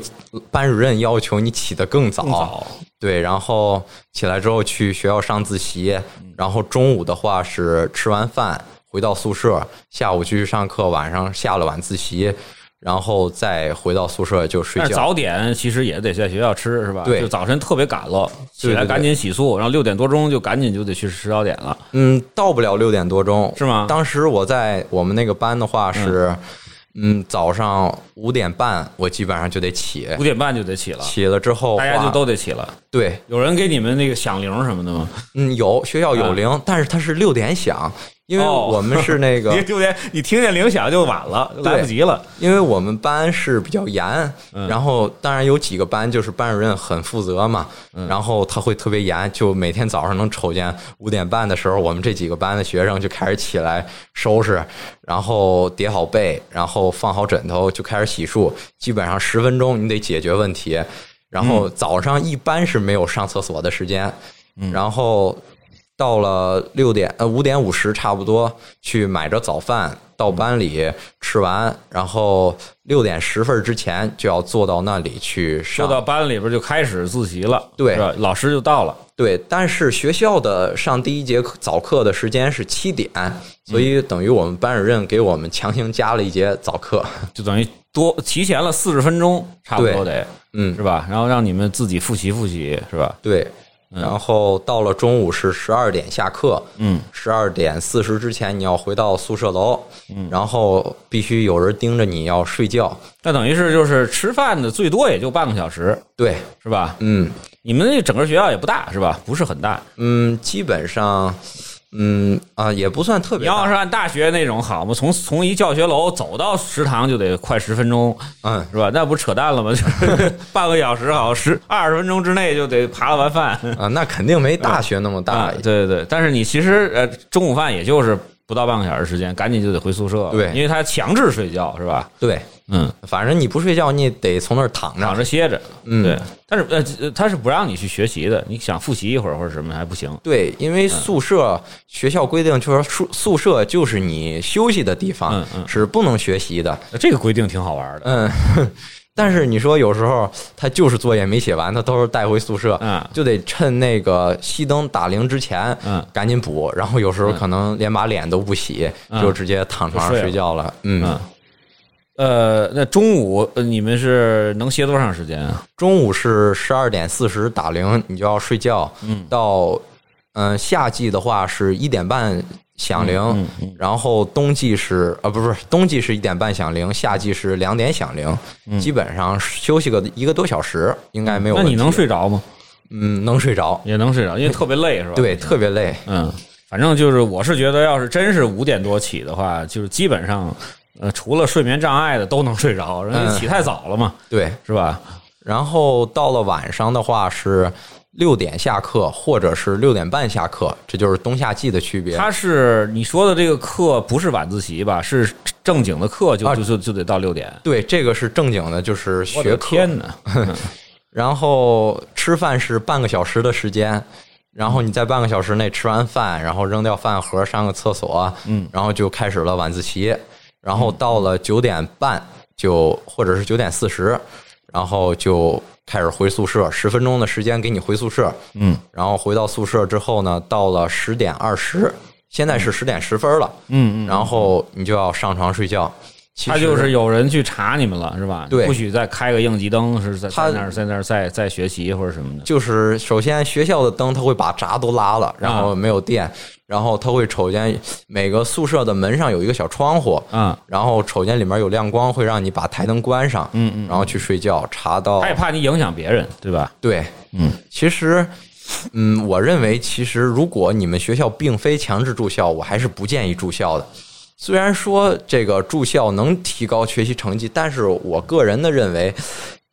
S3: 班主任要求你起得更早，
S2: 更早
S3: 对，然后起来之后去学校上自习，
S2: 嗯
S3: 然后中午的话是吃完饭回到宿舍，下午继续上课，晚上下了晚自习，然后再回到宿舍就睡
S2: 但是
S3: 觉。
S2: 早点其实也得在学校吃，是吧？
S3: 对
S2: 就早晨特别赶了，起
S3: 对
S2: 来
S3: 对对
S2: 赶紧洗漱，然后六点多钟就赶紧就得去吃早点了。
S3: 嗯，到不了六点多钟，
S2: 是吗
S3: 当时我在我们那个班的话是，嗯，早上五点半我基本上就得起，
S2: 五点半就得起了，
S3: 起了之后
S2: 大家
S3: 花
S2: 就都得起了。
S3: 对，
S2: 有人给你们那个响铃什么的吗？
S3: 嗯，有学校
S2: 啊
S3: 有铃，但是它是六点响，因为
S2: 哦
S3: 我们是那 个
S2: 你六点，你听见铃响就晚了，
S3: 对啊
S2: 来不及了。
S3: 因为我们班是比较严，然后当然有几个班就是班主任很负责嘛，然后他会特别严，就每天早上能瞅见五点半的时候，我们这几个班的学生就开始起来收拾，然后叠好被，然后放好枕头，就开始洗漱，基本上十分钟你得解决问题。然后早上一般是没有上厕所的时间，然后到了六点呃五点五十差不多去买着早饭到班里吃完，然后六点十分之前就要坐到那里去
S2: 就
S3: 上。
S2: 到班里边就开始自习了，
S3: 对
S2: 是吧？老师就到了，
S3: 对，但是学校的上第一节课早课的时间是七点，所
S2: 嗯
S3: 以等于我们班主任给我们强行加了一节早课。
S2: 就等于多提前了四十分钟，差不多得，
S3: 嗯
S2: 是，吧？然后让你们自己复习复习，是吧？
S3: 对。然后到了中午是十二点下课，
S2: 嗯，
S3: 十二点四十之前你要回到宿舍楼，嗯，然后必须有人盯着你要睡觉，
S2: 那等于是就是吃饭的最多也就半个小时，
S3: 对，
S2: 是吧？
S3: 嗯
S2: 你们那整个学校也不大，是吧？不是很大。
S3: 嗯，基本上，嗯啊，也不算特
S2: 你
S3: 别
S2: 要
S3: 大，
S2: 是按大学那种好嘛，从从一教学楼走到食堂就得快十分钟，
S3: 嗯，
S2: 是吧？那不扯淡了吗？ 就是半个小时好，十二十分钟之内就得扒拉完饭。
S3: 啊，那肯定没大学那么 大
S2: 啊，，对对对。但是你其实呃，中午饭也就是不到半个小时时间，赶紧就得回宿舍了，
S3: 对
S2: 因为他强制睡觉是吧？
S3: 对，
S2: 嗯，
S3: 反正你不睡觉，你也得从那儿躺
S2: 躺
S3: 着，
S2: 着歇着，
S3: 嗯
S2: 对。但是呃呃，他是不让你去学习的，你想复习一会儿或者什么还不行。
S3: 对，因为宿舍学校规定就是宿宿舍就是你休息的地方
S2: 嗯，嗯
S3: 是不能学习的，
S2: 呃这个规定挺好玩的，
S3: 嗯。但是你说有时候他就是作业没写完，他到时候带回宿舍，
S2: 嗯
S3: 就得趁那个熄灯打铃之前，
S2: 嗯
S3: 赶紧补。然后有时候可能连把脸都不洗，
S2: 嗯
S3: 就直接躺床上
S2: 就睡了
S3: 睡觉了。嗯
S2: 嗯，。呃，那中午呃你们是能歇多长时间啊？
S3: 中午是十二点四十打铃，你就要睡觉。嗯，到嗯、呃夏季的话是一点半响铃，
S2: 嗯
S3: 然后冬季是啊不是冬季是一点半响铃，夏季是两点响铃，基本上休息个一个多小时应该没有
S2: 嗯那
S3: 问题。
S2: 你能睡着吗？
S3: 嗯能睡着，
S2: 也能睡着，因为特别累是吧？
S3: 对，特别累。
S2: 嗯，反正就是我是觉得，要是真是五点多起的话，就是基本上，呃，除了睡眠障碍的都能睡着，人家
S3: 嗯
S2: 起太早了嘛，
S3: 对，
S2: 是吧？
S3: 然后到了晚上的话是六点下课，或者是六点半下课，这就是冬夏季的区别。
S2: 他是你说的这个课不是晚自习吧？是正经的课就，就
S3: 啊
S2: 就就得到六点。
S3: 对，这个是正经的，就是
S2: 我的
S3: 学科。
S2: 天哪！
S3: 然后吃饭是半个小时的时间，然后你在半个小时内吃完饭，然后扔掉饭盒，上个厕所，嗯，然后就开始了晚自习。然后到了九点半就或者是九点四十，然后就开始回宿舍，十分钟的时间给你回宿舍。
S2: 嗯，
S3: 然后回到宿舍之后呢，到了十点二十，现在是十点十分了。
S2: 嗯嗯，
S3: 然后你就要上床睡觉。其
S2: 他
S3: 实
S2: 就是有人去查你们了，是吧？
S3: 对
S2: 不许再开个应急灯，是在
S3: 他
S2: 在那儿在那儿再再学习或者什么的。
S3: 就是首先学校的灯它会把闸都拉了，然后没有电，然后它会瞅见每个宿舍的门上有一个小窗户，
S2: 啊，
S3: 然后瞅见里面有亮光，会让你把台灯关上，嗯嗯，然后去睡觉，查到
S2: 他也怕你影响别人，对吧？
S3: 对，
S2: 嗯，
S3: 其实。嗯，我认为其实如果你们学校并非强制住校，我还是不建议住校的。虽然说这个住校能提高学习成绩，但是我个人的认为，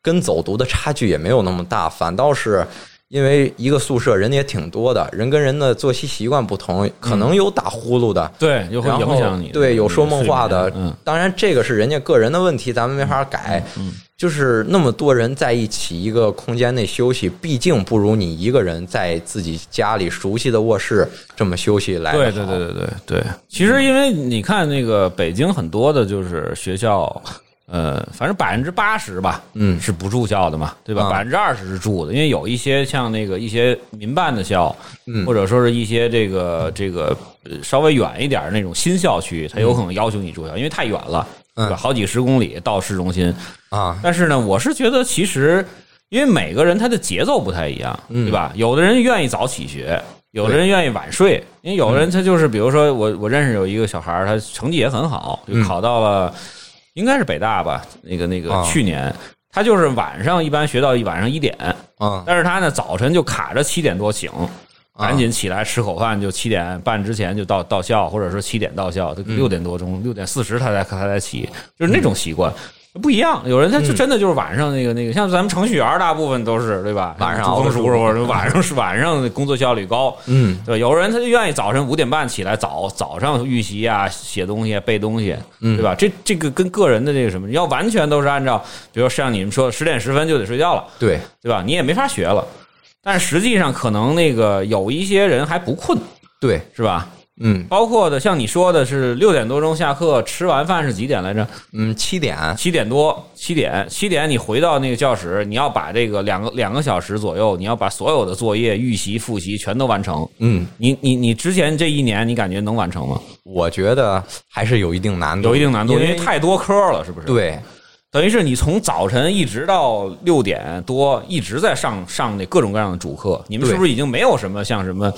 S3: 跟走读的差距也没有那么大，反倒是因为一个宿舍人也挺多的，人跟人的作息习惯不同，可能有打呼噜的，
S2: 对，就会
S3: 然后
S2: 影响你。
S3: 对，有说梦话的，
S2: 嗯，
S3: 当然这个是人家个人的问题，咱们没法改。就是那么多人在一起一个空间内休息，毕竟不如你一个人在自己家里熟悉的卧室这么休息来得好。
S2: 对对对对对对。其实因为你看那个北京很多的就是学校， 呃，反正百分之八十吧，
S3: 嗯
S2: 是不住校的嘛，对吧？
S3: 啊
S2: 百分之二十是住的，因为有一些像那个一些民办的校，
S3: 嗯
S2: 或者说是一些这个这个呃稍微远一点儿那种新校区，它有可能要求你住校，因为太远了，
S3: 嗯
S2: 对吧？好几十公里到市中心，
S3: 啊，
S2: 但是呢，我是觉得其实，因为每个人他的节奏不太一样，
S3: 嗯
S2: 对吧？有的人愿意早起学，有的人愿意晚睡，因为有的人他就是，比如说我我认识有一个小孩儿，他成绩也很好，就考到了，应该是北大吧，那个那个
S3: 嗯啊
S2: 去年。他就是晚上一般学到一晚上一点，
S3: 嗯
S2: 但是他呢早晨就卡着七点多醒，
S3: 啊
S2: 赶紧起来吃口饭，就七点半之前就到到校，或者说七点到校，
S3: 嗯
S2: 他六点多钟六点四十他才他才起，就是那种习惯。不一样，有人他
S3: 嗯
S2: 就真的就是晚上那个那个，像咱们程序员大部分都是对吧？
S3: 晚上
S2: 珠
S3: 熬
S2: 峰
S3: 个
S2: 叔叔或者晚上是晚上工作效率高，
S3: 嗯
S2: 对，有人他就愿意早晨五点半起来早早上预习啊，写东西、啊、背东西，
S3: 嗯
S2: 对吧？这这个跟个人的这个什么，要完全都是按照，比如说像你们说十点十分就得睡觉了，
S3: 对，
S2: 对吧？你也没法学了。但实际上，可能那个有一些人还不困，
S3: 对，
S2: 是吧？
S3: 嗯
S2: 包括的像你说的是六点多钟下课，吃完饭是几点来着？
S3: 嗯，七点，
S2: 七点多，七点，七点你回到那个教室，你要把这个两个两个小时左右，你要把所有的作业、预习、复习全都完成。
S3: 嗯，
S2: 你你你之前这一年，你感觉能完成吗？
S3: 我觉得还是有一定难度，
S2: 有一定难度，因
S3: 因
S2: 为太多科了，是不是？，
S3: 对，
S2: 等于是你从早晨一直到六点多，一直在上上那各种各样的主课。你们是不是已经没有什么像什么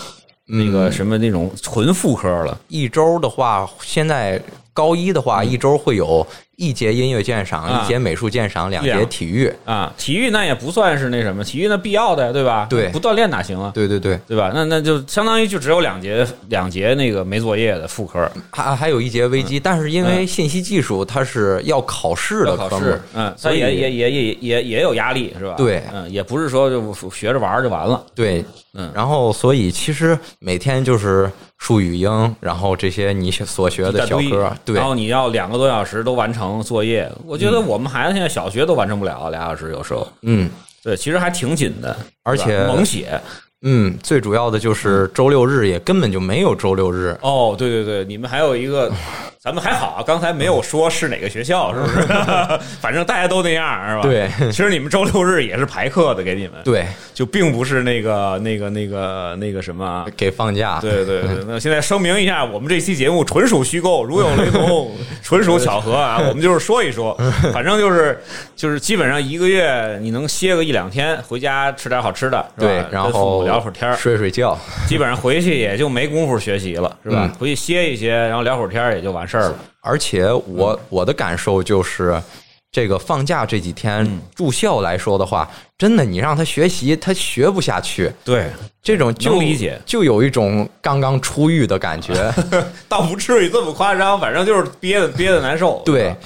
S2: 那
S3: 嗯
S2: 个什么那种纯副科了？
S3: 一周的话，现在高一的话，一周会有一节音乐鉴赏、
S2: 嗯啊
S3: 一节美术鉴赏、两节
S2: 两
S3: 体育。
S2: 啊，体育那也不算是那什么，体育那必要的呀，对吧？
S3: 对
S2: 不锻炼哪行啊？
S3: 对对对，
S2: 对吧？那那就相当于就只有两节两节那个没作业的副科，
S3: 还还有一节微机，但是因为信息技术它是要考试
S2: 嗯
S3: 的
S2: 要
S3: 科
S2: 考
S3: 目
S2: 试，，嗯，
S3: 所
S2: 他
S3: 以
S2: 也也也也也也有压力是吧？
S3: 对
S2: 嗯，也不是说就学着玩儿就完了。
S3: 对，
S2: 嗯
S3: 然后所以其实每天就是术语英，然后这些你所学的
S2: 一大
S3: 小
S2: 堆
S3: 科，对
S2: 然，后你要两个多小时都完成作业，我觉得我们孩子现在小学都完成不了俩小时，有时候
S3: 嗯
S2: 对，其实还挺紧的，
S3: 而
S2: 是吧嗯
S3: 且
S2: 猛写
S3: 嗯，最主要的就是周六日也根本就没有周六日，
S2: 哦，对对对，你们还有一 个，咱们还好啊，刚才没有说是哪个学校，是不 是？反正大家都那样，是吧？
S3: 对
S2: 其实你们周六日也是排课的，给你们，
S3: 对，
S2: 就并不是那个那个那个那个什么啊。
S3: 给放 假，
S2: 对对对，那现在声明一下，我们这期节目纯属虚构，如有雷 同，纯属巧合啊。我们就是说一说，反正就是就是基本上一个月你能歇个一两天，回家吃点好吃的，是吧
S3: 对，然
S2: 跟父母
S3: 后
S2: 聊会儿天儿，嗯
S3: 睡睡觉，
S2: 基本上回去也就没工夫学习了，是吧？
S3: 嗯
S2: 回去歇一歇，然后聊会儿天儿也就完事儿了。
S3: 而且
S2: 嗯
S3: 我我的感受就是，这个放假这几
S2: 嗯
S3: 天住校来说的话，真的你让他学习，他学不下去。
S2: 对，
S3: 这种就
S2: 能理解
S3: 就有一种刚刚出狱的感 觉。
S2: 倒不至于这么夸张，反正就是憋的憋的难受。是
S3: 对
S2: 吧，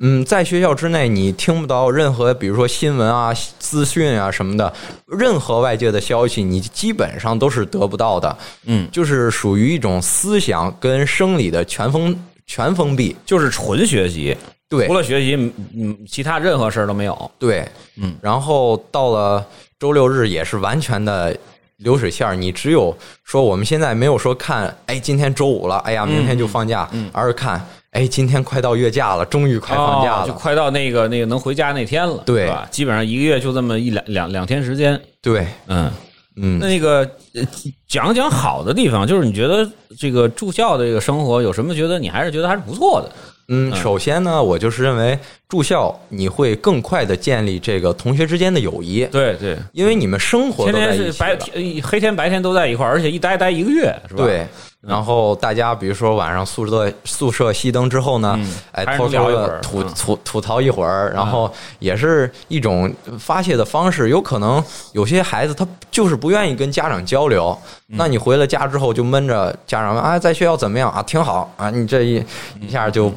S3: 嗯，在学校之内，你听不到任何，比如说新闻啊、资讯啊什么的，任何外界的消息，你基本上都是得不到的。
S2: 嗯，
S3: 就是属于一种思想跟生理的全封全封闭。
S2: 就是纯学习，
S3: 对
S2: 除，了学习，嗯嗯，其他任何事儿都没有。
S3: 对，
S2: 嗯，
S3: 然后到了周六日也是完全的流水线儿，你只
S2: 嗯
S3: 有说我们现在没有说看，哎，今天周五了，哎呀，明天就放假，而是看，哎，今天快到月假了，终于快放假
S2: 哦就
S3: 了。
S2: 快到那个那个能回家那天了，
S3: 对
S2: 是吧？基本上一个月就这么一两两两天时间，
S3: 对，
S2: 嗯。
S3: 嗯，
S2: 那个呃讲讲好的地方，就是你觉得这个住校的这个生活有什么觉得你还是觉得还是不错的？
S3: 嗯，首先呢，我就是认为住校你会更快的建立这个同学之间的友谊，
S2: 对对，
S3: 因为你们生活
S2: 天
S3: 都在
S2: 天
S3: 一
S2: 是
S3: 起
S2: 白
S3: 了。
S2: 天黑天白天都在一块儿，而且一待待一个月，是吧？嗯
S3: 对，然后大家比如说晚上宿舍宿舍熄灯之后呢，哎
S2: 嗯还，是
S3: 偷
S2: 聊
S3: 偷
S2: 一会儿
S3: 的吐
S2: 嗯
S3: 吐吐槽一会儿，然后也是一种发泄的方式。有可能有些孩子他就是不愿意跟家长交流，
S2: 嗯
S3: 那你回了家之后就闷着家长问啊，在学校怎么样啊？挺好啊，你这一一下
S2: 嗯
S3: 就。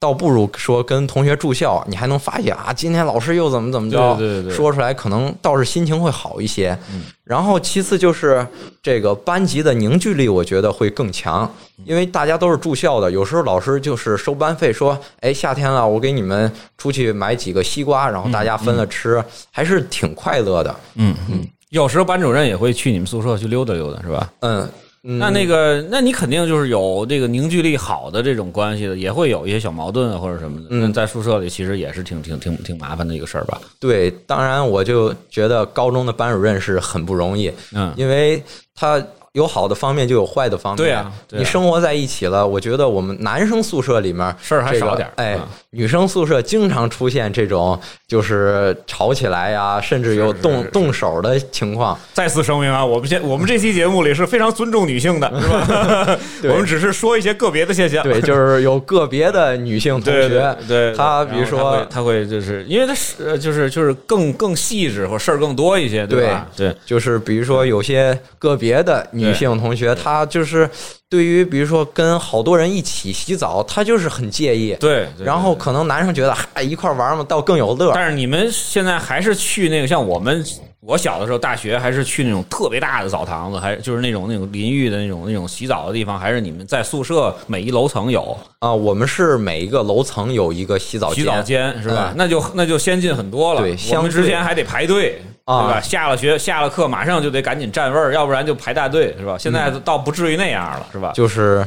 S3: 倒不如说跟同学住校，你还能发泄啊！今天老师又怎么怎么着，
S2: 对对对对
S3: 说出来可能倒是心情会好一些。
S2: 嗯
S3: 然后其次就是这个班级的凝聚力，我觉得会更强，
S2: 嗯
S3: 因为大家都是住校的，有时候老师就是收班费说，哎，夏天了，我给你们出去买几个西瓜，然后大家分了吃，还是挺快乐的。
S2: 嗯嗯，有时候班主任也会去你们宿舍去溜达溜达，是吧？
S3: 嗯，嗯
S2: 那那个，那你肯定就是有这个凝聚力好的这种关系的，也会有一些小矛盾啊或者什么的。
S3: 嗯
S2: 在宿舍里其实也是挺挺挺挺麻烦的一个事儿吧。
S3: 对，当然我就觉得高中的班主任是很不容易，
S2: 嗯，
S3: 因为他有好的方面就有坏的方面。
S2: 对啊对啊
S3: 你生活在一起了，我觉得我们男生宿舍里面
S2: 事儿还
S3: 这个
S2: 少点儿
S3: 哎
S2: 嗯，
S3: 女生宿舍经常出现这种就是吵起来呀、甚至有
S2: 是
S3: 动
S2: 是是
S3: 动手的情况。
S2: 再次声明啊，我们现我们这期节目里是非常尊重女性的，是 吧？我们只是说一些个别的现象。
S3: 对，就是有个别的女性同
S2: 对
S3: 学
S2: 对，对，
S3: 她比如
S2: 然后
S3: 说
S2: 他会他会就是因为他是呃就是就是更更细致或事儿更多一些，吧？对，
S3: 就是比如说有些个别的女性同学，她就是对于比如说跟好多人一起洗澡，她就是很介意。
S2: 对，对
S3: 然后可能男生觉得嗨一块儿玩儿嘛，倒更有乐儿。
S2: 但是你们现在还是去那个，像我们我小的时候，大学还是去那种特别大的澡堂子，还就是那种那种淋浴的那种那种洗澡的地方，还是你们在宿舍每一楼层有
S3: 啊，我们是每一个楼层有一个洗澡间，
S2: 洗澡间是吧？
S3: 嗯
S2: 那就那就先进很多了。
S3: 对
S2: 我
S3: 相
S2: 们
S3: 对
S2: 之前还得排队。
S3: 啊
S2: 对吧？下了学，下了课，马上就得赶紧占位儿，要不然就排大队，是吧？现在倒不至于那样了，是吧？
S3: 嗯就是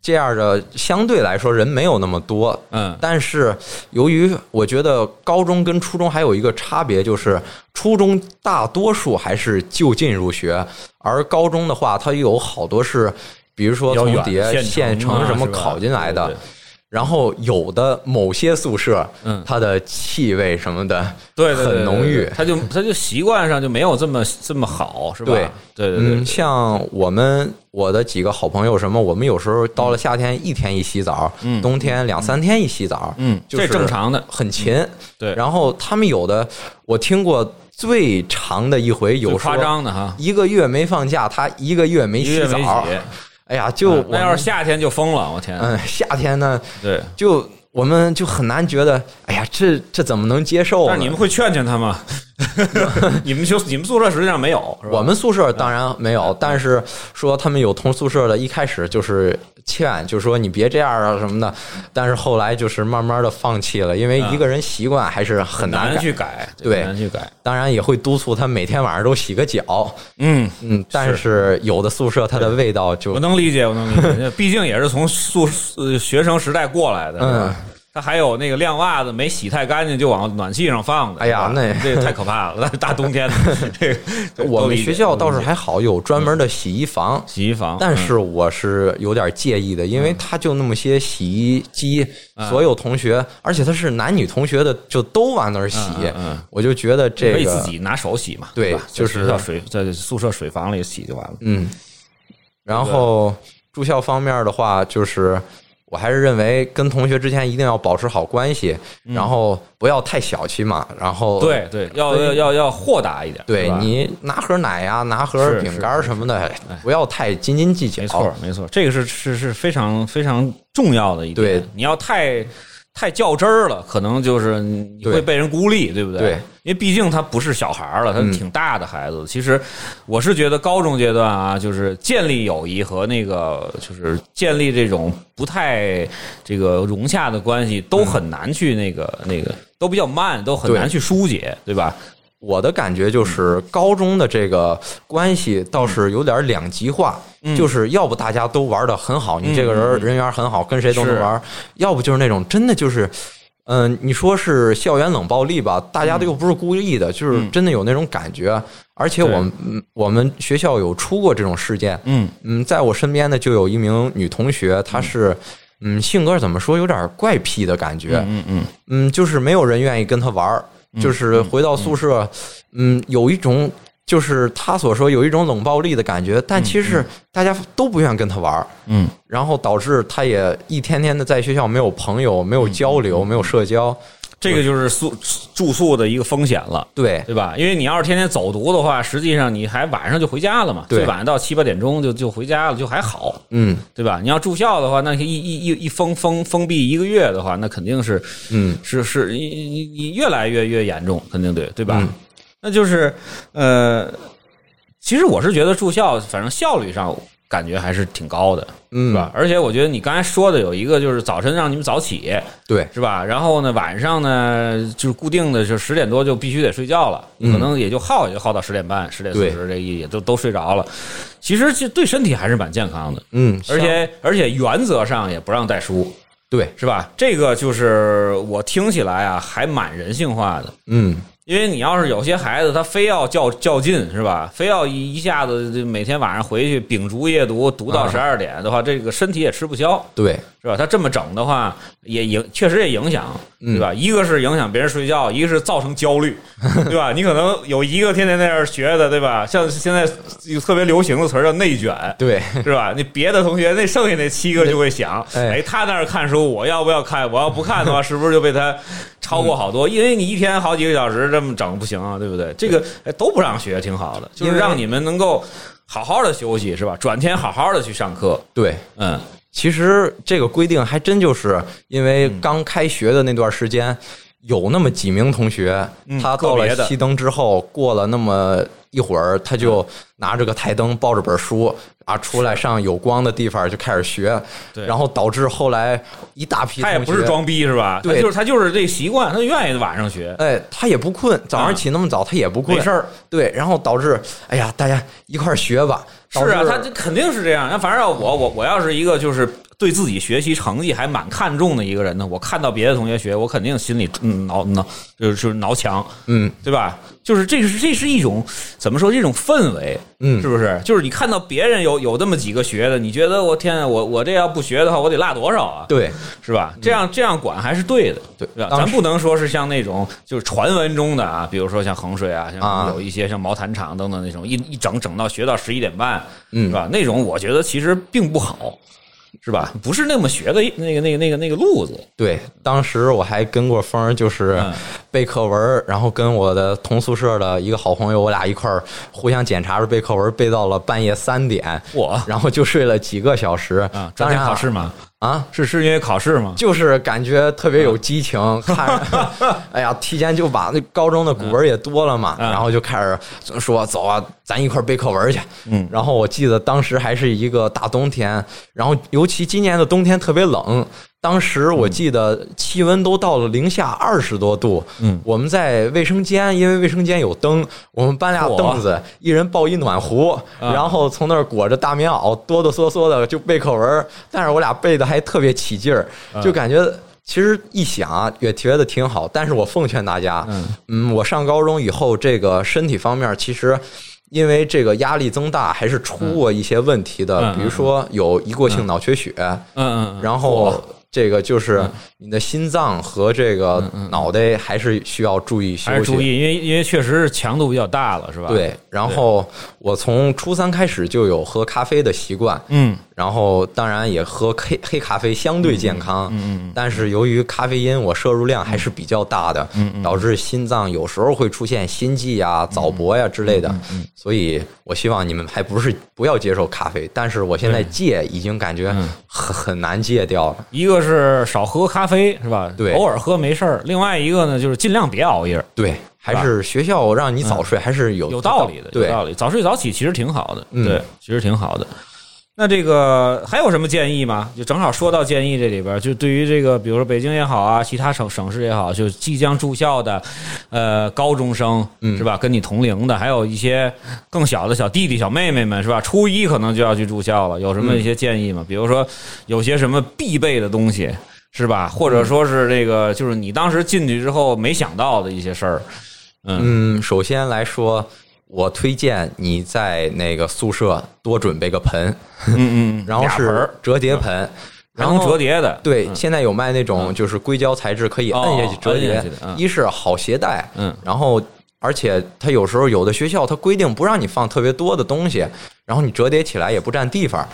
S3: 这样的，相对来说人没有那么多。
S2: 嗯，
S3: 但是，由于我觉得高中跟初中还有一个差别，就是初中大多数还是就近入学，而高中的话，它有好多是，比如说
S2: 比较
S3: 从
S2: 远
S3: 底下县
S2: 城啊
S3: 城什么
S2: 是吧
S3: 考进来
S2: 对
S3: 的，然后有的某些宿舍，
S2: 嗯
S3: 它的气味什么的，
S2: 对对对对对
S3: 很浓郁
S2: 他就他就习惯上就没有这么这么好，是吧？
S3: 对
S2: 对对对
S3: 嗯，，像我们我的几个好朋友什么，我们有时候到了夏天一天一洗澡，
S2: 嗯
S3: 冬天两三天一洗澡，
S2: 嗯，
S3: 就是
S2: 这正常的，
S3: 很勤。
S2: 嗯对，
S3: 然后他们有的我听过最长的一回有
S2: 最
S3: 说
S2: 夸张的哈，
S3: 一个月没放假，他一个月没
S2: 一
S3: 洗
S2: 个月没
S3: 澡。
S2: 洗，
S3: 哎呀，就我
S2: 嗯那
S3: 们
S2: 要是夏天就疯了，我天！
S3: 嗯夏天呢，
S2: 对，
S3: 就我们就很难觉得，哎呀，这这怎么能接受
S2: 但
S3: 呢？
S2: 是你们会劝劝他 吗？你们就你们宿舍实际上没有，是吧？
S3: 我们宿舍当然没
S2: 嗯
S3: 有，但是说他们有同宿舍的，一开始就是劝，就说你别这样啊什么的，但是后来就是慢慢的放弃了，因为
S2: 嗯
S3: 一个人习惯还是很难
S2: 难
S3: 改。
S2: 去改，
S3: 对
S2: 难去改。
S3: 当然也会督促他每天晚上都洗个脚，
S2: 嗯，
S3: 嗯，但是有的宿舍它的味道就
S2: 我能理解，我能理 解，毕竟也是从宿呃学生时代过来的。是吧
S3: 嗯
S2: 他还有那个晾袜子没洗太干净就往暖气上放的，
S3: 哎呀
S2: 是吧
S3: 那
S2: 这 个太可怕了， 大冬天的。这个这个
S3: 我
S2: 都
S3: 们
S2: 理解
S3: 学校倒
S2: 都
S3: 是
S2: 理解
S3: 还好，有专门的洗衣房。
S2: 洗衣房，
S3: 但
S2: 嗯
S3: 是我是有点介意的，因为它就那么些洗衣机，
S2: 嗯
S3: 所有同学，而且它是男女同学的，就都往那儿洗
S2: 嗯嗯嗯，
S3: 我就觉得这
S2: 可以
S3: 个
S2: 自己拿手洗嘛，
S3: 对
S2: 吧
S3: 就
S2: 在
S3: 是
S2: 学校水在宿舍水房里洗就完了。
S3: 嗯，然后住校方面的话，就是我还是认为跟同学之间一定要保持好关系，然后不要太小气嘛。然后
S2: 嗯对对，要要要要豁达一点，
S3: 对
S2: 是吧
S3: 你拿盒奶呀、拿盒
S2: 是哎
S3: 饼干儿什么的，不要太斤斤计较。
S2: 没错，没错，这个是是是非常非常重要的一点。
S3: 对
S2: 你要太太较真儿了，可能就是你
S3: 对
S2: 会被人孤立，对不对？
S3: 对
S2: 因为毕竟他不是小孩儿了，他
S3: 嗯
S2: 挺大的孩子。其实我是觉得高中阶段啊，就是建立友谊和那个就是建立这种不太这个融洽的关系，都很难去那个、那个，都比较慢，都很
S3: 嗯对
S2: 难去疏解，对吧？
S3: 我的感觉
S2: 嗯
S3: 就是，高中的这个关系倒是有点两极化，
S2: 嗯
S3: 就是要不大家都玩的很好，你这个人人缘很好，跟谁都能玩；要不就是那种真的就是。嗯、你说是校园冷暴力吧？大家
S2: 嗯
S3: 都又不是故意的，就是真的有那种感觉。而且我们嗯我们学校有出过这种事件，
S2: 嗯
S3: 嗯，在我身边的就有一名女同学，她是嗯性格怎么说，有点怪癖的感觉，
S2: 嗯嗯
S3: 嗯，就是没有人愿意跟他玩儿，就是回到
S2: 嗯
S3: 宿舍，嗯，有一种就是他所说有一种冷暴力的感觉，但其实大家都不愿意跟他玩儿，
S2: 嗯
S3: 然后导致他也一天天的在学校没有朋友，
S2: 嗯
S3: 没有交流，没有社交，
S2: 这个就是宿住宿的一个风险了。
S3: 对
S2: 对吧？因为你要是天天走读的话，实际上你还晚上就回家了嘛，
S3: 对
S2: 最晚到七八点钟就就回家了，就还好，
S3: 嗯
S2: 对吧？你要住校的话，那一一一一封封封闭一个月的话，那肯定是
S3: 嗯，
S2: 是是，你你你越来越越严重，肯定对对吧？
S3: 嗯
S2: 那就是呃，其实我是觉得住校，反正效率上感觉还是挺高的，
S3: 嗯
S2: 是吧？而且我觉得你刚才说的有一个就是早晨让你们早起，
S3: 对，
S2: 是吧？然后呢，晚上呢就是固定的，就十点多就必须得睡觉了，
S3: 嗯
S2: 可能也就耗也就耗到十点半、十点四
S3: 对
S2: 十，这也都都睡着了。其实这对身体还是蛮健康的，
S3: 嗯，
S2: 而且而且原则上也不让带书，
S3: 对，
S2: 是吧？这个就是我听起来啊，还蛮人性化的。
S3: 嗯
S2: 因为你要是有些孩子，他非要较较劲，是吧？非要一一下子就每天晚上回去秉烛夜读，读到
S3: 啊
S2: 十二点的话，这个身体也吃不消。
S3: 对，
S2: 是吧？他这么整的话，也影确实也影响，
S3: 嗯
S2: 对吧？一个是影响别人睡觉，一个是造成焦 虑，对吧？你可能有一个天天在那儿学的，对吧？像现在有特别流行的词儿叫内卷，
S3: 对，
S2: 是吧？你别的同学那剩下那七个就会想，
S3: 哎
S2: 哎，他那儿看书，我要不要看？我要不看的 话，是不是就被他超
S3: 嗯
S2: 过好多？因为你一天好几个小时这么整不行啊，对不对？这个哎都不让学，挺好的，就
S3: 因
S2: 是
S3: 为
S2: 让你们能够好好的休息，是吧？转天好好的去上课，
S3: 对，
S2: 嗯。
S3: 其实这个规定还真就是因为刚开学的那段时间，有那么几名同学，他
S2: 嗯
S3: 到
S2: 个别
S3: 了
S2: 的
S3: 熄灯之后，过了那么一会儿，他就拿着个台灯，抱着本书啊，出来上有光的地方就开始学，
S2: 对
S3: 然后导致后来一大批
S2: 他也
S3: 同
S2: 不是
S3: 学。
S2: 装逼是吧？
S3: 对
S2: 他就是他就是这习惯，他愿意晚上学，
S3: 哎，他也不困，早上起那么早，他也不困，
S2: 没事儿。
S3: 对，然后导致，哎呀，大家一块儿学吧。
S2: 是
S3: 呃导致
S2: 啊，他这肯定是这样。那反正要我我我要是一个就是对自己学习成绩还蛮看重的一个人呢，我看到别的同学学，我肯定心里嗯挠挠就是就是挠墙，
S3: 嗯
S2: 对吧？就是这是这是一种怎么说？这种氛围，
S3: 嗯
S2: 是不是？就是你看到别人有有那么几个学的，你觉得我天啊，我我这要不学的话，我得落多少啊？
S3: 对
S2: 是吧？这样这样管还是对的，
S3: 嗯对
S2: 吧？
S3: 当
S2: 咱
S3: 时
S2: 不能说是像那种就是传闻中的啊，比如说像衡水啊，像
S3: 啊
S2: 有一些像毛坦厂等等那种，一一整整到学到十一点半，
S3: 嗯
S2: 是吧？那种我觉得其实并不好，是吧？不是那么学的那个那个那个那个路子，
S3: 对，当时我还跟过风儿，就是
S2: 嗯
S3: 背课文儿，然后跟我的同宿舍的一个好朋友，我俩一块儿互相检查着背课文儿，背到了半夜三点，
S2: 我
S3: 然后就睡了几个小时
S2: 啊，专
S3: 当
S2: 天
S3: 然啊
S2: 考试吗？
S3: 啊，
S2: 是是因为考试吗？
S3: 就是感觉特别有激情，看着，哎呀，提前就把那高中的古文也多了嘛，
S2: 嗯
S3: 然后就开始说走啊，咱一块儿背课文去。嗯，然后我记得当时还是一个大冬天，然后尤其今年的冬天特别冷。当时我记得气温都到了零下二十多度，嗯，我们在卫生间，因为卫生间有灯，我们搬俩
S2: 嚯
S3: 凳子，一人抱一暖壶，
S2: 啊
S3: 然后从那儿裹着大棉袄，哆哆嗦嗦的就背课文儿，但是我俩背的还特别起劲儿，
S2: 啊
S3: 就感觉。其实一想啊也觉得挺好，但是我奉劝大家，嗯我上高中以后，这个身体方面其实因为这个压力增大，还是出过一些问题的，
S2: 嗯嗯
S3: 比如说有一过性脑缺血，
S2: 嗯嗯，嗯
S3: 然后这个就是你的心脏和这个脑袋还是需要注意
S2: 嗯
S3: 休
S2: 还是
S3: 息。
S2: 注意，因为因为确实是强度比较大了，是吧？，
S3: 对，然后我从初三开始就有喝咖啡的习惯，
S2: 嗯，
S3: 然后当然也喝黑黑咖啡相对健康，嗯，但是由于咖啡因我摄入量还是比较大的，嗯，导致心脏有时候会出现心悸呀、早搏呀、之类的，所以我希望你们还不是不要接受咖啡，但是我现在戒已经感觉很很难戒掉了，
S2: 一个是少喝咖啡，是吧？
S3: 对
S2: 偶尔喝没事儿。另外一个呢，就是尽量别熬夜。
S3: 对，还是学校让你早睡还是有
S2: 有道理的，有
S3: 对，
S2: 道理。早睡早起其实挺好的，
S3: 嗯
S2: 对，其实挺好的。那这个还有什么建议吗？就正好说到建议这里边儿，就对于这个，比如说北京也好啊，其他省省市也好，就即将住校的，呃，高中生
S3: 嗯
S2: 是吧？跟你同龄的，还有一些更小的小弟弟、小妹妹们是吧？初一可能就要去住校了，有什么
S3: 嗯
S2: 一些建议吗？比如说有些什么必备的东西是吧？或
S3: 嗯
S2: 者说是这个，就是你当时进去之后没想到的一些事儿，
S3: 嗯，首先来说，我推荐你在那个宿舍多准备个盆，
S2: 嗯嗯，
S3: 然后
S2: 俩盆
S3: 是
S2: 儿
S3: 折叠盆，
S2: 还
S3: 然
S2: 能
S3: 后
S2: 折。叠的，
S3: 对，现在有卖那种就是硅胶材质，可以摁下去
S2: 嗯哦
S3: 折
S2: 摁下
S3: 叠
S2: 去的。嗯
S3: 一是好携带，
S2: 嗯
S3: 然后而且它有时候有的学校它规定不让你放特别多的东西，然后你折叠起来也不占地方。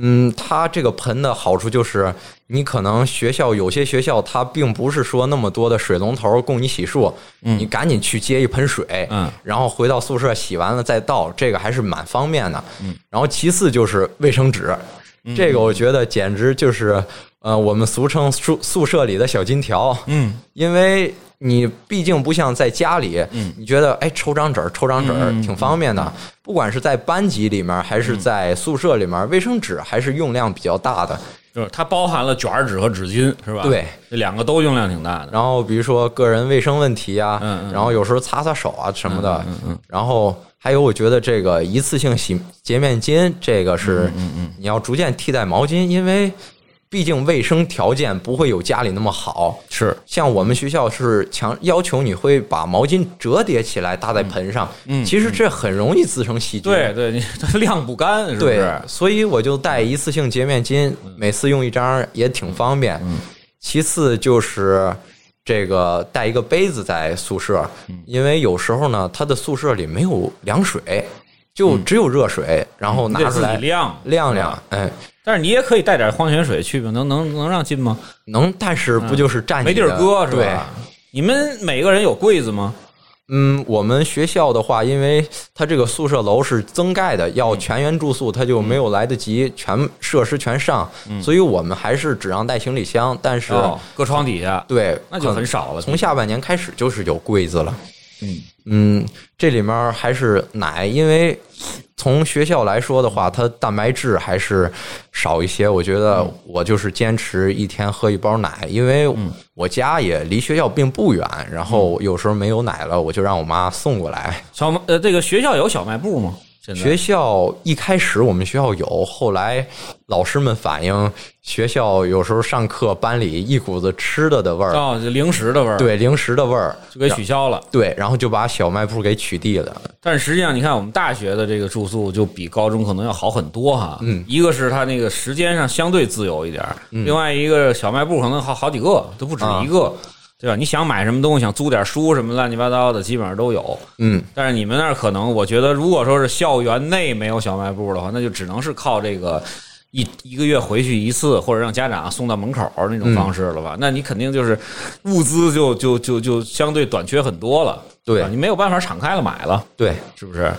S3: 嗯，它这个盆的好处就是，你可能学校有些学校它并不是说那么多的水龙头供你洗漱，你赶紧去接一盆水，
S2: 嗯
S3: 然后回到宿舍洗完了再倒，这个还是蛮方便的。嗯，然后其次就是卫生纸，这个我觉得简直就是，呃，我们俗称宿宿舍里的小金条。
S2: 嗯，
S3: 因为你毕竟不像在家里，你觉得哎抽张纸儿抽张纸儿挺方便的，不管是在班级里面儿还是在宿舍里面儿，卫生纸还是用量比较大的。
S2: 就是它包含了卷儿纸和纸巾，是吧？
S3: 对，
S2: 这两个都用量挺大的。
S3: 然后比如说个人卫生问题啊，
S2: 嗯嗯嗯
S3: 然后有时候擦擦手啊什么的，然后还有我觉得这个一次性洗洁面巾，这个
S2: 嗯
S3: 是你要逐渐替代毛巾，因为毕竟卫生条件不会有家里那么好。
S2: 是，
S3: 像我们学校是强要求你会把毛巾折叠起来搭在盆上，其实这很容易滋生细菌。
S2: 嗯对对，你 它晾不干，是嗯不
S3: 对
S2: 是，？
S3: 所以我就带一次性洁面巾，每次用一张也挺方便。
S2: 嗯
S3: 其次就是这个带一个杯子在宿舍，
S2: 嗯
S3: 因为有时候呢，他的宿舍里没有凉水，就只有热水，然后
S2: 嗯你
S3: 拿
S2: 得
S3: 出
S2: 自己
S3: 来
S2: 晾嗯
S3: 晾
S2: 是吧
S3: 晾。哎，
S2: 但是你也可以带点矿泉水去吧，能能能让进吗？
S3: 能，但是不就是
S2: 嗯
S3: 占
S2: 没地
S3: 你
S2: 儿
S3: 的
S2: 搁是
S3: 对
S2: 吧？你们每个人有柜子吗？
S3: 嗯，我们学校的话，因为它这个宿舍楼是增盖的，要全员住宿，它就没有来得及全设施全上，所以我们还是只让带行李箱，但是、
S2: 嗯哦，搁床底下，
S3: 对，
S2: 那就
S3: 可
S2: 很少了。
S3: 从下半年开始就是有柜子了。
S2: 嗯
S3: 嗯，这里面还是奶，因为从学校来说的话，它蛋白质还是少一些。我觉得
S2: 嗯
S3: 我就是坚持一天喝一包奶，因为我家也离学校并不远，然
S2: 嗯
S3: 后有时候没有奶了，我就让我妈送过来。
S2: 小卖呃，这个学校有小卖部吗？现在
S3: 学校一开始我们学校有，后来老师们反映，学校有时候上课班里一股子吃的的味儿，
S2: 哦，就零食的味儿，，
S3: 对零食的味儿，
S2: 就给取消了。
S3: 对，然后就把小卖部给取缔了。
S2: 但是实际上，你看我们大学的这个住宿就比高中可能要好很多哈。
S3: 嗯
S2: 一个是它那个时间上相对自由一点儿，另外一个小卖部可能好好几个，都不止
S3: 啊
S2: 一个，对吧？你想买什么东西，想租点书什么乱七八糟的，基本上都有。
S3: 嗯，
S2: 但是你们那儿可能，我觉得如果说是校园内没有小卖部的话，那就只能是靠这个一一个月回去一次，或者让家长送到门口儿那
S3: 嗯
S2: 种方式了吧？那你肯定就是物资就就就就相对短缺很多了，
S3: 对
S2: 吧你没有办法敞开了买了，
S3: 对，
S2: 是不是？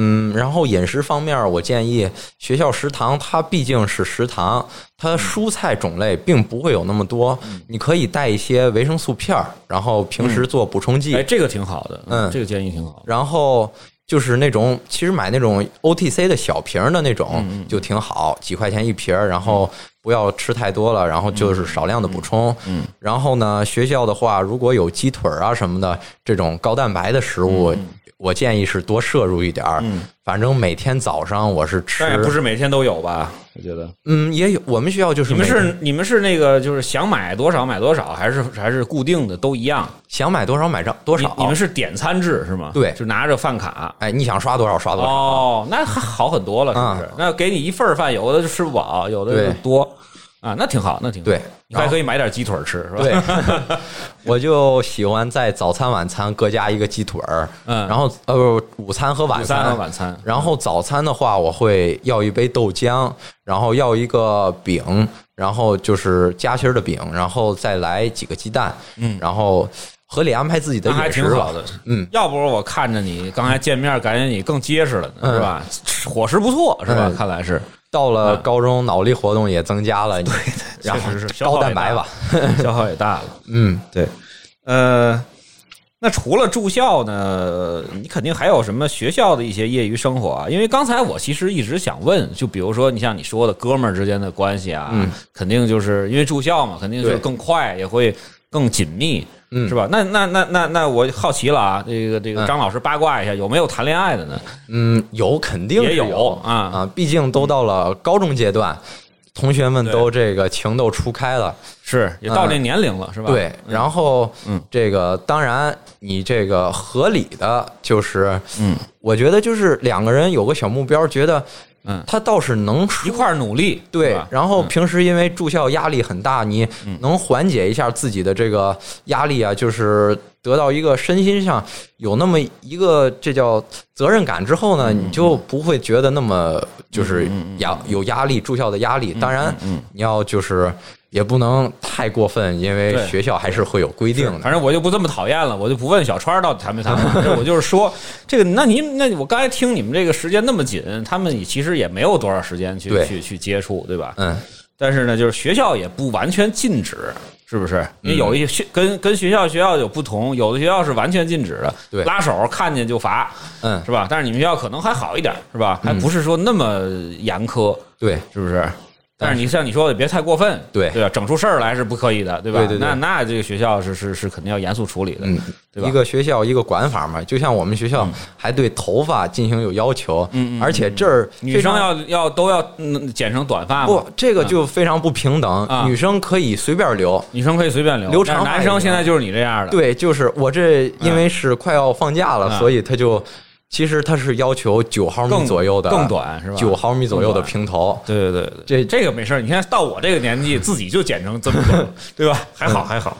S3: 嗯，然后饮食方面，我建议学校食堂，它毕竟是食堂，它蔬菜种类并不会有那么多，你可以带一些维生素片儿，然后平时做补充剂。
S2: 哎，这个挺好的，
S3: 嗯
S2: 这个建议挺好的。
S3: 然后就是那种，其实买那种 OTC 的小瓶儿的那种
S2: 嗯
S3: 就挺好，几块钱一瓶儿，然后不要吃太多了，然后就是少量的补充。嗯，然后呢，学校的话，如果有鸡腿儿啊什么的这种高蛋白的食物，
S2: 嗯
S3: 我建议是多摄入一点儿。反正每天早上我是吃
S2: 但，也不是每天都有吧？我觉得
S3: 嗯，也有我们学校就是
S2: 你们
S3: 每天
S2: 是你们是那个就是想买多少买多少，还是还是固定的都一样？
S3: 想买多少买着多
S2: 你
S3: 少。
S2: 你们是点餐制是吗？
S3: 对
S2: 就拿着饭卡。
S3: 哎，你想刷多少刷多少。
S2: 哦，那还好很多了，是不是？
S3: 啊
S2: 那给你一份儿饭，有的就吃不饱，有的
S3: 对
S2: 就多啊，那挺好，那挺好。
S3: 对
S2: 你还可以买点鸡腿儿吃，是吧？
S3: 对， 我就喜欢在早餐、晚餐各加一个鸡腿儿，
S2: 嗯
S3: 然后呃不，午餐和晚
S2: 午
S3: 餐，
S2: 餐和晚餐
S3: 然后早餐的话，我会要一杯豆浆，然后要一个饼，然后就是夹心儿的饼，然后再来几个鸡蛋，嗯，然后合理安排自己的
S2: 那还
S3: 饮食
S2: 挺好
S3: 吧。
S2: 的。
S3: 嗯，
S2: 要不我看着你刚才见面，感觉你更结实了呢，是吧？伙食不错，是吧？
S3: 嗯
S2: 看来是
S3: 到了高中，脑力活动也增加了，对然后
S2: 嗯确实是消耗
S3: 高
S2: 也
S3: 蛋白
S2: 大
S3: 吧，
S2: 消耗也大了。
S3: 嗯，对，
S2: 呃，那那除了住校呢，你肯定还有什么学校的一些业余生活啊？因为刚才我其实一直想问，就比如说你像你说的哥们儿之间的关系啊，肯定就是因为住校嘛，肯定是
S3: 对
S2: 更快，也会更紧密，
S3: 嗯
S2: 是吧？那那那那那我好奇了啊，这个这个
S3: 嗯
S2: 张老师八卦一下，有没有谈恋爱的呢？
S3: 嗯，有肯定
S2: 也
S3: 是
S2: 有啊
S3: 啊，毕竟都到了高中阶段，同学们都这个情窦初开了，
S2: 是嗯也到这年龄了，是吧？
S3: 对，然后
S2: 嗯
S3: 这个当然你这个合理的就是，
S2: 嗯，
S3: 我觉得就是两个人有个小目标，觉得
S2: 嗯
S3: 他倒是能说
S2: 一块儿努力，是
S3: 对
S2: 吧，嗯
S3: 然后平时因为住校压力很大，你能缓解一下自己的这个压力啊，就是得到一个身心上有那么一个这叫责任感之后呢，
S2: 嗯
S3: 你就不会觉得那么就是压有压力，住校的压
S2: 嗯
S3: 力。当然，你要就是也不能太过分，因为
S2: 对
S3: 学校还是会有规定的。
S2: 嗯反正我就不这么讨厌了，我就不问小川到底谈没谈，反正我就是说这个，那您那我刚才听你们这个时间那么紧，他们也其实也没有多少时间去
S3: 对
S2: 去去接触，对吧？
S3: 嗯，
S2: 但是呢，就是学校也不完全禁止，是不是？因为
S3: 嗯
S2: 有一些学跟跟学校学校有不同，有的学校是完全禁止的，
S3: 对
S2: 拉手看见就罚，
S3: 嗯
S2: 是吧？但是你们学校可能还好一点，是吧？还不是说那么严苛，
S3: 对，
S2: 是不是？但是你像你说的，别太过分，
S3: 对
S2: 对吧？啊整出事儿来是不可以的，对吧？
S3: 对对对
S2: 那那这个学校是是是肯定要严肃处理的，
S3: 嗯，
S2: 对吧嗯
S3: 一个学校一个管法嘛，就像我们学校还对头发进行有要求，嗯，而且这儿
S2: 女
S3: 非
S2: 生
S3: 常
S2: 要要都要嗯剪成短发嘛，
S3: 不，这个就非常不平等。
S2: 啊
S3: 女生可以随便留，
S2: 女生可以随便留，
S3: 留长
S2: 但是
S3: 发
S2: 男
S3: 也
S2: 生
S3: 行
S2: 现
S3: 啊
S2: 在就是你这样的，
S3: 对，就是我这因为是快要放假了，
S2: 啊
S3: 所以他就其实他是要求九毫
S2: 更
S3: 米左右的，
S2: 更短是吧？
S3: 九毫米左右的
S2: 更短
S3: 平头。
S2: 对对对，
S3: 这
S2: 这个没事儿。你看到我这个年纪，自己就剪成这么 短，对吧？还好还好，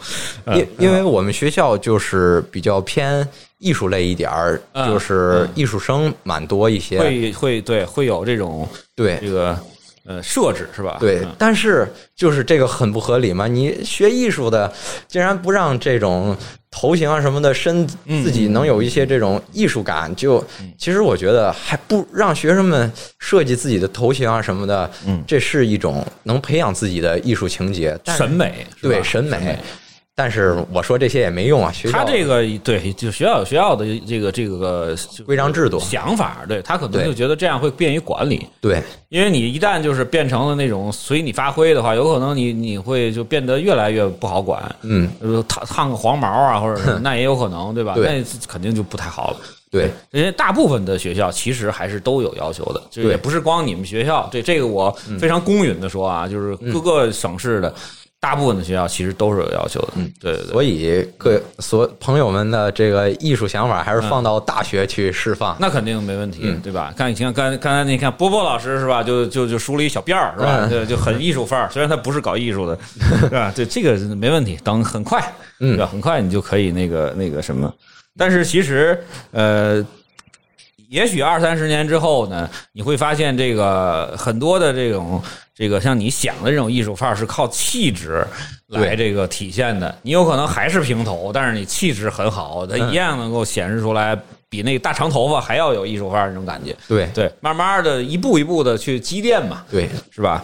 S2: 嗯
S3: 因因为我们学校就是比较偏艺术类一点儿，
S2: 嗯
S3: 就是艺术生蛮多一些。
S2: 会会对会有这种
S3: 对
S2: 这个呃设置是吧？
S3: 对
S2: 嗯，
S3: 但是就是这个很不合理嘛！你学艺术的，竟然不让这种头型啊什么的身自己能有一些这种艺术感，就
S2: 嗯
S3: 其实我觉得还不让学生们设计自己的头型啊什么的，
S2: 嗯
S3: 这是一种能培养自己的艺术情节，但是
S2: 审美是吧
S3: 对审美。但是我说这些也没用啊，学校
S2: 他这个对，就学校有学校的这个这个就是
S3: 规章制度
S2: 想法，对他可能
S3: 对
S2: 就觉得这样会便于管理，
S3: 对
S2: 因为你一旦就是变成了那种随你发挥的话，有可能你你会就变得越来越不好管，
S3: 嗯
S2: 呃，烫烫个黄毛啊或者 什么，那也有可能，对吧？
S3: 对
S2: 那肯定就不太好了。
S3: 对，
S2: 因为大部分的学校其实还是都有要求的，就
S3: 对嗯
S2: 也不是光你们学校。这这个我非常公允的说啊，就是各个省市的大部分的学校其实都是有要求的。嗯，对对嗯对。
S3: 所以各所朋友们的这个艺术想法还是放到大学去释放。
S2: 嗯那肯定没问题，对吧？看，你看，刚刚才你看波波老师是吧？就就就梳了一小辫儿是吧？
S3: 嗯
S2: 对，就很艺术范儿。虽然他不是搞艺术 的，是吧？对，这个没问题，等很快，对
S3: 嗯
S2: 吧？很快你就可以那个那个什么。但是其实，呃，也许二三十年之后呢，你会发现这个很多的这种这个像你想的这种艺术范儿是靠气质来
S3: 对
S2: 这个体现的。你有可能还是平头，但是你气质很好，它
S3: 嗯
S2: 一样能够显示出来比那个大长头发还要有艺术范儿那种感觉。
S3: 对
S2: 对，慢慢的一步一步的去积淀嘛，
S3: 对，
S2: 是吧？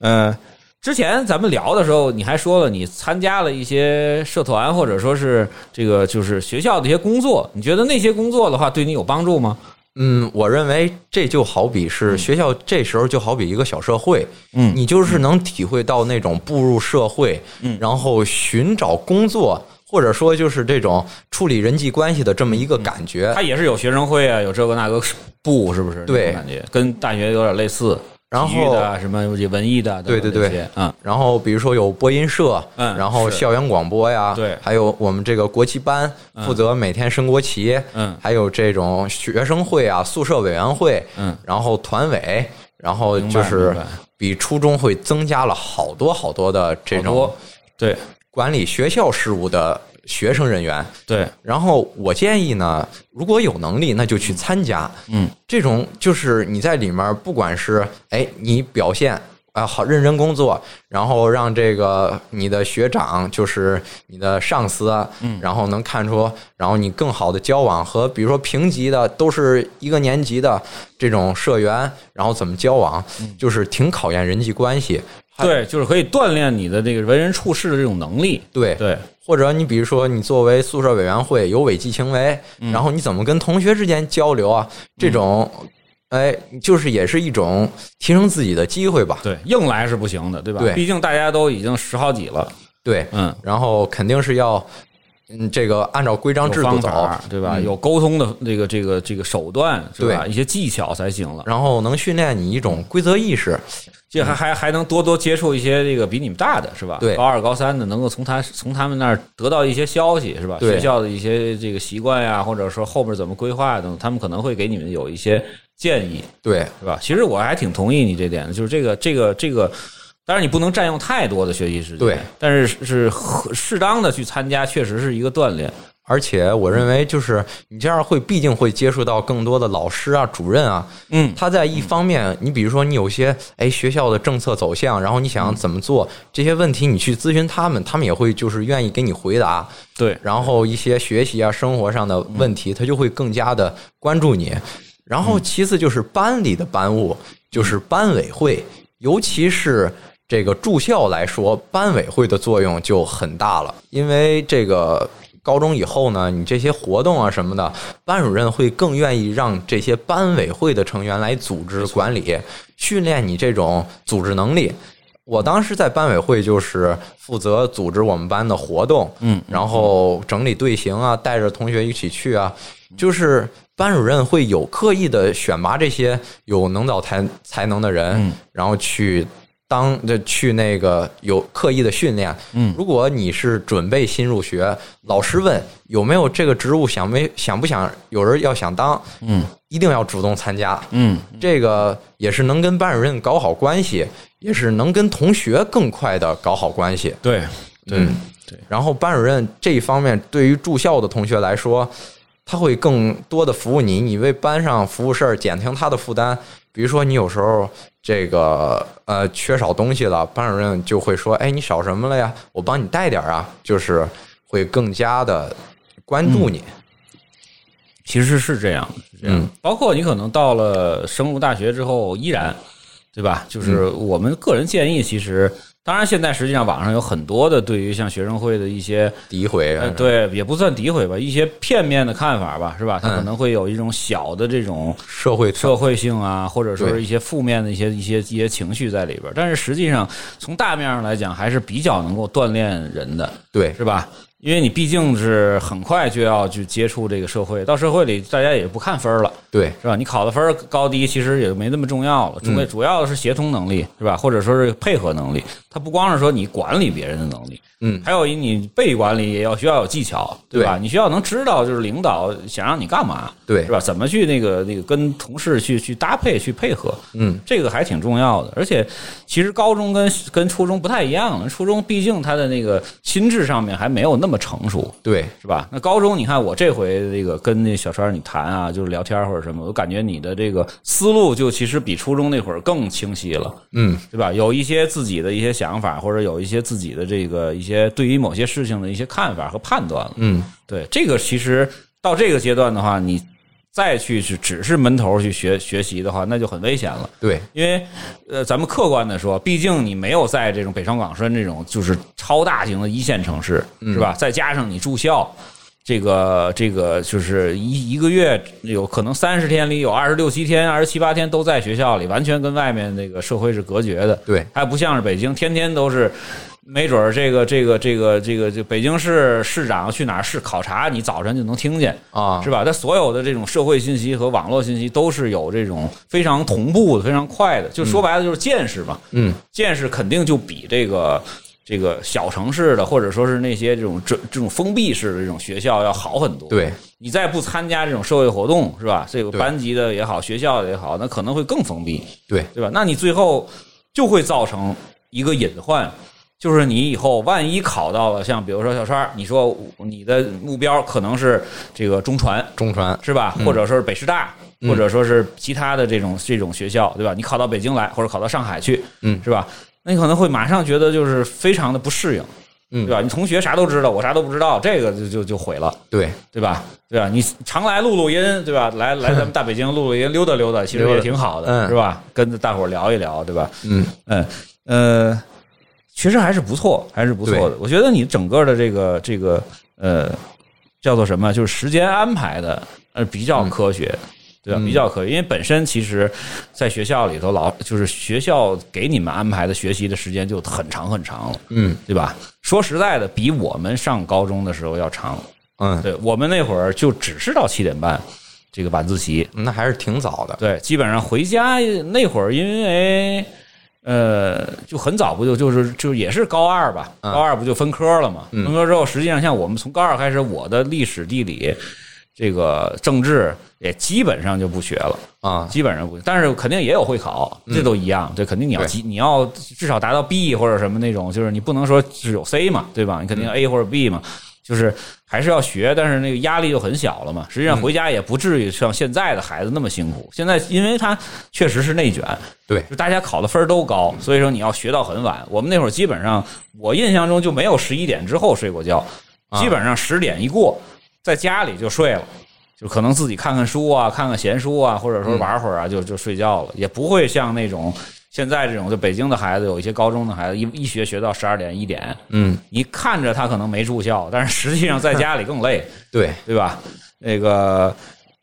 S2: 呃，之前咱们聊的时候，你还说了你参加了一些社团，或者说是这个就是学校的一些工作，你觉得那些工作的话对你有帮助吗？
S3: 嗯，我认为这就好比是学校，这时候就好比一个小社会，
S2: 嗯
S3: 你就是能体会到那种步入社会，嗯，然后寻找工作，或者说就是这种处理人际关系的这么一个感觉。
S2: 他也是有学生会啊，有这个那个部，是不是？
S3: 对
S2: 那种感觉跟大学有点类似。
S3: 然后
S2: 体育的啊什么文艺的，
S3: 对对对
S2: 啊，
S3: 然后比如说有播音社，
S2: 嗯
S3: 然后
S2: 是
S3: 校园广播呀，
S2: 对
S3: 还有我们这个国旗班负责每天升国旗，
S2: 嗯
S3: 还有这种学生会啊、宿舍委员会，
S2: 嗯，
S3: 然后团委，然后
S2: 明白
S3: 就是
S2: 明白
S3: 比初中会增加了好多好多的这
S2: 好
S3: 种
S2: 多对
S3: 管理学校事务的学生人员。
S2: 对，
S3: 然后我建议呢，如果有能力，那就去参加。
S2: 嗯，
S3: 这种就是你在里面，不管是哎你表现啊、好认真工作，然后让这个你的学长就是你的上司啊，然后能看出，然后你更好的交往和比如说平级的都是一个年级的这种社员，然后怎么交往，就是挺考验人际关系。
S2: 对，就是可以锻炼你的这个为人处事的这种能力。
S3: 对
S2: 对，
S3: 或者你比如说，你作为宿舍委员会有违纪行为，
S2: 嗯
S3: 然后你怎么跟同学之间交流啊？这种，哎，就是也是一种提升自己的机会吧。
S2: 对，硬来是不行的，对吧？
S3: 对
S2: 毕竟大家都已经十好几了，
S3: 对，
S2: 嗯，
S3: 然后肯定是要，嗯，这个按照规章
S2: 有
S3: 制度
S2: 方
S3: 走
S2: 法，对吧？
S3: 嗯
S2: 有沟通的这个这个这个手段，是吧？一些技巧才行了。
S3: 然后能训练你一种规则意识。
S2: 这还还还能多多接触一些这个比你们大的，是吧？
S3: 对
S2: 高二高三的能够从他从他们那儿得到一些消息，是吧？
S3: 对
S2: 学校的一些这个习惯呀、或者说后面怎么规划等，他们可能会给你们有一些建议，
S3: 对，
S2: 是吧？其实我还挺同意你这点的，就是这个这个这个，当然你不能占用太多的学习时间，
S3: 对，
S2: 但是是是合适当的去参加，确实是一个锻炼，
S3: 而且我认为就是你这样会，毕竟会接触到更多的老师啊、主任啊，
S2: 嗯，
S3: 他在一方面，你比如说你有些哎学校的政策走向，然后你想怎么做这些问题，你去咨询他们，他们也会就是愿意给你回答。
S2: 对，
S3: 然后一些学习啊、生活上的问题，他就会更加的关注你。然后其次就是班里的班务，就是班委会，尤其是这个住校来说，班委会的作用就很大了，因为这个。高中以后呢，你这些活动啊什么的，班主任会更愿意让这些班委会的成员来组织管理，训练你这种组织能力。我当时在班委会就是负责组织我们班的活动，嗯，然后整理队形啊，带着同学一起去啊，就是班主任会有刻意的选拔这些有能导才才能的人，然后去当这去那个有刻意的训练。嗯，如果你是准备新入学，老师问有没有这个职务想没想不想有人要想当，嗯，一定要主动参加。
S2: 嗯，
S3: 这个也是能跟班主任搞好关系，也是能跟同学更快的搞好关系。
S2: 对，对，
S3: 嗯
S2: 对，
S3: 然后班主任这一方面，对于住校的同学来说，他会更多的服务你，你为班上服务事儿，减轻他的负担。比如说，你有时候这个呃缺少东西了，班主任就会说：“哎，你少什么了呀？我帮你带点儿啊。”就是会更加的关
S2: 嗯
S3: 注你。
S2: 其实是这样，是这样。
S3: 嗯
S2: 包括你可能到了升入大学之后，依然，对吧？
S3: 嗯
S2: 就是我们个人建议，其实当然现在实际上网上有很多的对于像学生会的一些
S3: 诋毁，
S2: 呃，对，也不算诋毁吧，一些片面的看法吧，是吧？他
S3: 嗯
S2: 可能会有一种小的这种
S3: 社会
S2: 社会性啊，或者说
S3: 对
S2: 是一些负面的一些一些一些情绪在里边儿。但是实际上，从大面上来讲，还是比较能够锻炼人的，
S3: 对
S2: 是吧？因为你毕竟是很快就要去接触这个社会，到社会里大家也不看分儿了。
S3: 对
S2: 是吧？你考的分儿高低其实也没那么重要了，
S3: 嗯
S2: 主主要的是协同能力，是吧？或者说是配合能力，它不光是说你管理别人的能力，
S3: 嗯
S2: 还有一你被管理也要需要有技巧，对吧？
S3: 对
S2: 你需要能知道就是领导想让你干嘛，
S3: 对
S2: 是吧？怎么去那个那个跟同事去去搭配去配合，
S3: 嗯，
S2: 这个还挺重要的。而且其实高中跟跟初中不太一样了，初中毕竟他的那个心智上面还没有那么成熟，
S3: 对
S2: 是吧？那高中你看我这回这个跟那小川你谈啊，就是聊天或者什么，我感觉你的这个思路就其实比初中那会儿更清晰了，
S3: 嗯
S2: 对吧？有一些自己的一些想法，或者有一些自己的这个一些对于某些事情的一些看法和判断了。
S3: 嗯
S2: 对，这个其实到这个阶段的话，你再去只只是闷头去学学习的话，那就很危险了。
S3: 对
S2: 因为，呃，咱们客观的说，毕竟你没有在这种北上广深这种就是超大型的一线城市，是吧？再加上你住校，这个这个就是一一个月有可能三十天里有二十六七天、二十七八天都在学校里，完全跟外面那个社会是隔绝的。
S3: 对
S2: 还不像是北京，天天都是，没准儿这个这个这个这个这北京市市长去哪儿市考察，你早晨就能听见
S3: 啊
S2: 是吧？它所有的这种社会信息和网络信息都是有这种非常同步的、非常快的，就说白了就是见识嘛，
S3: 嗯
S2: 见识肯定就比这个。这个小城市的，或者说是那些这种这这种封闭式的这种学校要好很多。，
S3: 对
S2: 你再不参加这种社会活动，是吧？这个
S3: 对
S2: 班级的也好，学校的也好，那可能会更封闭。
S3: 对
S2: 对吧？那你最后就会造成一个隐患，就是你以后万一考到了像比如说小川儿，你说你的目标可能是这个中传
S3: 中传
S2: 是吧，或者说是北师大。
S3: 嗯
S2: 或者说是其他的这种这种学校，对吧？你考到北京来，或者考到上海去，
S3: 嗯
S2: 是吧？那你可能会马上觉得就是非常的不适应，
S3: 嗯
S2: 对吧？你同学啥都知道，我啥都不知道，这个就就就毁了。
S3: 对
S2: 对吧？对吧？你常来录录音，对吧？来来咱们大北京录录音，溜达溜达，其实
S3: 溜达
S2: 也挺好的，
S3: 嗯
S2: 是吧？跟着大伙儿聊一聊，对吧？
S3: 嗯
S2: 嗯，呃，其实还是不错，还是不错的。我觉得你整个的这个这个呃，叫做什么，就是时间安排的呃比较科学。对吧？比较可以，因为本身其实，在学校里头老就是学校给你们安排的学习的时间就很长很长了，
S3: 嗯
S2: 对吧？说实在的，比我们上高中的时候要长。
S3: 嗯，
S2: 对我们那会儿就只是到七点半这个晚自习，
S3: 那还是挺早的。
S2: 对，基本上回家那会儿，因为呃，就很早不就就是就也是高二吧，
S3: 嗯
S2: 高二不就分科了嘛？
S3: 嗯
S2: 分科之后，实际上像我们从高二开始，我的历史、地理、这个政治也基本上就不学了。
S3: 啊，嗯
S2: 基本上不，但是肯定也有会考，这都一样。对，肯定你要
S3: 对
S2: 及，你要至少达到 B 或者什么那种，就是你不能说只有 C 嘛，对吧？你
S3: 嗯
S2: 肯定要 A 或者 B 嘛，就是还是要学，但是那个压力就很小了
S3: 嗯
S2: 嘛。实际上回家也不至于像现在的孩子那么辛苦。现在因为他确实是内卷，
S3: 对嗯
S2: 就大家考的分儿都高，所以说你要学到很晚。我们那会儿基本上，我印象中就没有十一点之后睡过觉，
S3: 啊
S2: 基本上十点一过，在家里就睡了。就可能自己看看书啊，看看闲书啊，或者说玩会儿啊，就就睡觉了，也不会像那种现在这种，就北京的孩子，有一些高中的孩子，一一学学到十二点一点，
S3: 嗯，
S2: 你看着他可能没住校，但是实际上在家里更累，
S3: 对，
S2: 对吧？那个，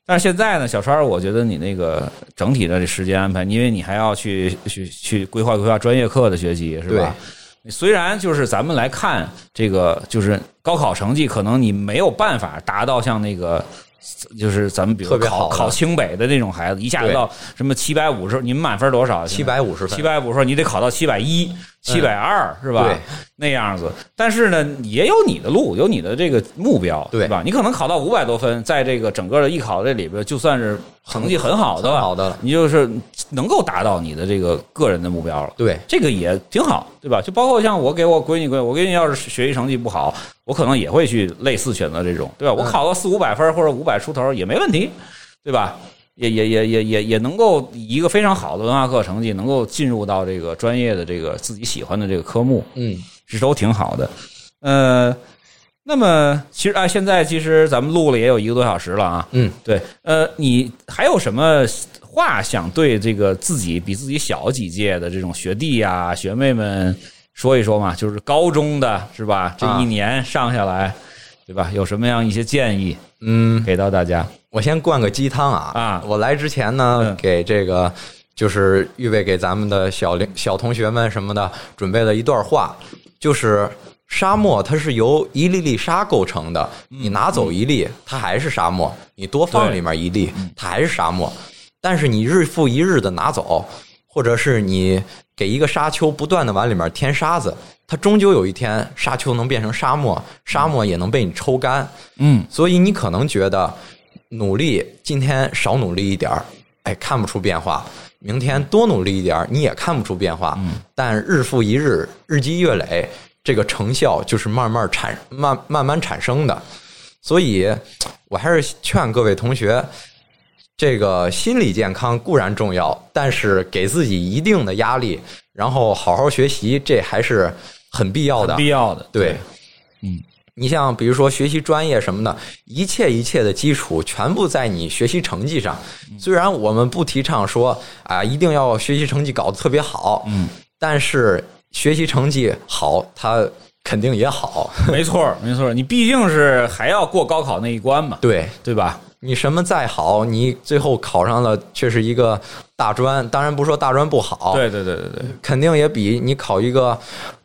S2: 但是现在呢，小川儿，我觉得你那个整体的这时间安排，因为你还要去去去规划规划专业课的学习，是
S3: 对
S2: 吧？你虽然就是咱们来看这个，就是高考成绩，可能你没有办法达到像那个。就是咱们比如
S3: 特别
S2: 考
S3: 好的
S2: 考清北的那种孩子，一下子
S3: 对
S2: 到什么七百五十，你们满分多少？
S3: 七百五十分，嗯
S2: 七百五十，你得考到七百一、七百二，是吧
S3: 对？
S2: 那样子。但是呢，也有你的路，有你的这个目标，
S3: 对
S2: 是吧？你可能考到五百多分，在这个整个的艺考这里边，就算是成绩很好的，
S3: 很好的了
S2: 你就是能够达到你的这个个人的目标了。
S3: 对，
S2: 这个也挺好，对吧？就包括像我给我闺女闺，我闺女要是学习成绩不好，我可能也会去类似选择这种，对吧？我考个四五百分或者五百出头也没问题，对吧？也也也也也也能够以一个非常好的文化课成绩，能够进入到这个专业的这个自己喜欢的这个科目，
S3: 嗯，
S2: 是都挺好的。呃，那么其实啊，现在其实咱们录了也有一个多小时了啊。
S3: 嗯，
S2: 对，呃，你还有什么话想对这个自己比自己小几届的这种学弟呀、学妹们说一说嘛？就是高中的是吧？这
S3: 啊
S2: 一年上下来，对吧？有什么样一些建议
S3: 嗯，
S2: 给到大家？
S3: 我先灌个鸡汤啊
S2: 啊
S3: 我来之前呢，
S2: 嗯
S3: 给这个就是预备给咱们的小零小同学们什么的准备了一段话，就是沙漠它是由一粒粒沙构成的，
S2: 嗯
S3: 你拿走一粒，它还是沙漠；你多放
S2: 对嗯
S3: 里面一粒，它还是沙漠。但是你日复一日的拿走，或者是你给一个沙丘不断的往里面添沙子，它终究有一天沙丘能变成沙漠，沙漠也能被你抽干。
S2: 嗯，
S3: 所以你可能觉得努力今天少努力一点儿，哎，看不出变化；明天多努力一点儿，你也看不出变化。但日复一日，日积月累，这个成效就是慢慢产慢慢慢产生的。所以，我还是劝各位同学，这个心理健康固然重要，但是给自己一定的压力，然后好好学习，这还是很必要的。
S2: 必要的，
S3: 对，
S2: 嗯，
S3: 你像比如说学习专业什么的，一切一切的基础全部在你学习成绩上。
S2: 嗯
S3: 虽然我们不提倡说啊、一定要学习成绩搞得特别好，
S2: 嗯，
S3: 但是学习成绩好，它肯定 也好。
S2: 没错儿，没错儿，你毕竟是还要过高考那一关嘛，
S3: 对
S2: 对吧？
S3: 你什么再好，你最后考上了却是一个大专，当然不说大专不好，
S2: 对对对对对，
S3: 肯定也比你考一个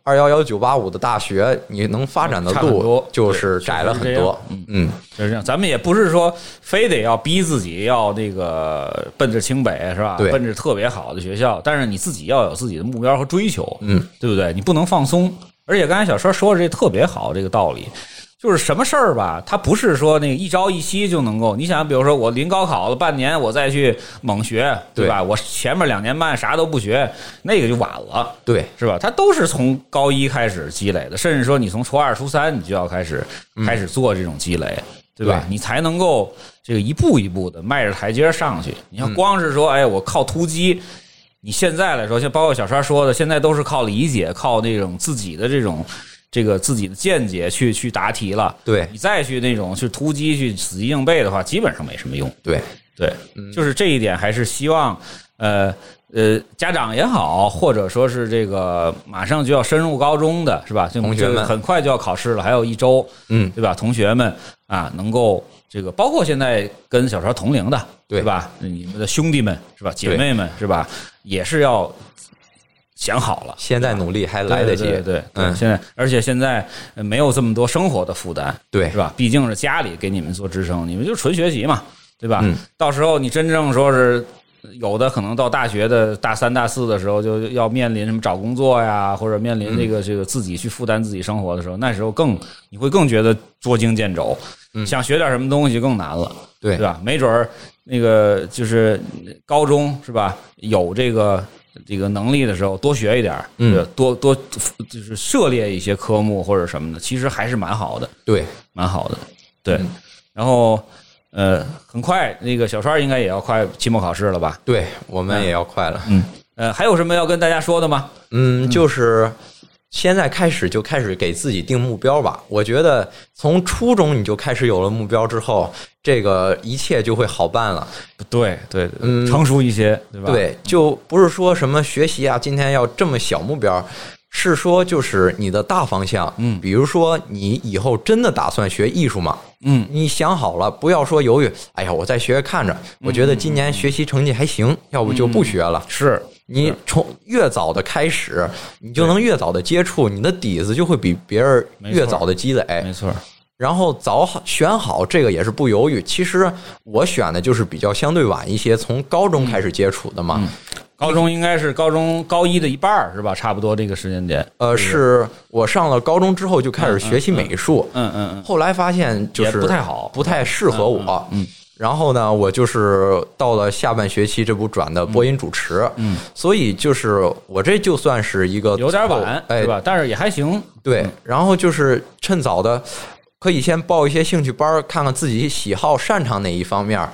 S3: 二幺幺九八五的大学，你能发展的
S2: 差很
S3: 路
S2: 多
S3: 就是
S2: 对
S3: 窄了
S2: 确实
S3: 很
S2: 是这
S3: 多
S2: 样。
S3: 嗯，
S2: 就是这样，咱们也不是说非得要逼自己要那个奔着清北是吧？
S3: 对
S2: 奔着特别好的学校，但是你自己要有自己的目标和追求，
S3: 嗯，
S2: 对不对？你不能放松。而且刚才小川说的这特别好，这个道理就是什么事儿吧，它不是说那个一朝一夕就能够。你想，比如说我临高考了半年，我再去猛学，对吧？我前面两年半啥都不学，那个就晚了。
S3: 对。
S2: 是吧？它都是从高一开始积累的，甚至说你从初二、初三你就要开始、开始做这种积累，对吧？
S3: 对
S2: 你才能够这个一步一步的迈着台阶上去。你要光是说，哎，我靠突击，你现在来说，像包括小川说的，现在都是靠理解、靠那种自己的这种。这个自己的见解去去答题了，
S3: 对
S2: 你再去那种去突击去死记硬背的话，基本上没什么用。
S3: 对，
S2: 对，就是这一点还是希望呃呃，家长也好，或者说是这个马上就要深入高中的是吧？就
S3: 同学们
S2: 就很快就要考试了，还有一周，
S3: 嗯，
S2: 对吧？同学们啊，能够这个，包括现在跟小超同龄的，
S3: 对
S2: 吧？你们的兄弟们是吧？姐妹们是吧？也是要想好了。
S3: 现在努力还来得及，
S2: 对对对对
S3: 嗯
S2: 现在而且现在呃没有这么多生活的负担，
S3: 对
S2: 是吧？毕竟是家里给你们做支撑，你们就纯学习嘛，对吧？
S3: 嗯
S2: 到时候你真正说是。有的可能到大学的大三、大四的时候，就要面临什么找工作呀，或者面临这个这个自己去负担自己生活的时候，那时候更你会更觉得捉襟见肘，想学点什么东西更难了。
S3: 嗯对
S2: 对吧？没准儿那个就是高中是吧？有这个这个能力的时候，多学一点儿，
S3: 嗯
S2: 对吧，多多就是涉猎一些科目或者什么的，其实还是蛮好的，
S3: 对
S2: 蛮好的。对，然后呃，很快那个小川应该也要快期末考试了吧？
S3: 对，我们也要快了。
S2: 嗯，呃，还有什么要跟大家说的吗？
S3: 嗯，就是现在开始就开始给自己定目标吧。我觉得从初中你就开始有了目标之后，这个一切就会好办了。
S2: 对对，
S3: 嗯
S2: 成熟一些，对吧？
S3: 对，就不是说什么学习啊，今天要这么小目标，是说就是你的大方向。
S2: 嗯
S3: 比如说你以后真的打算学艺术吗？
S2: 嗯，
S3: 你想好了，不要说犹豫。哎呀，我再学学看着，
S2: 嗯
S3: 我觉得今年学习成绩还行，要不就不学了。
S2: 是，
S3: 你从越早的开始，你就能越早的接触，你的底子就会比别人
S2: 没错
S3: 越早的积累
S2: 没。错儿，
S3: 然后早好选好这个也是不犹豫。其实我选的就是比较相对晚一些，从高中开始接触的嘛。
S2: 高中应该是高中高一的一半儿是吧？差不多这个时间点。
S3: 呃，是我上了高中之后就开始学习美术，
S2: 嗯嗯嗯，
S3: 后来发现就
S2: 也
S3: 是
S2: 不太好
S3: 不太适合我。嗯。然后呢，我就是到了下半学期，这不转的播音主持，嗯，所以就是我这就算是一个
S2: 有点晚，
S3: 哎
S2: 是，吧？但是也还行，
S3: 对，然后就是趁早的，可以先报一些兴趣班儿，看看自己喜好擅长哪一方面儿，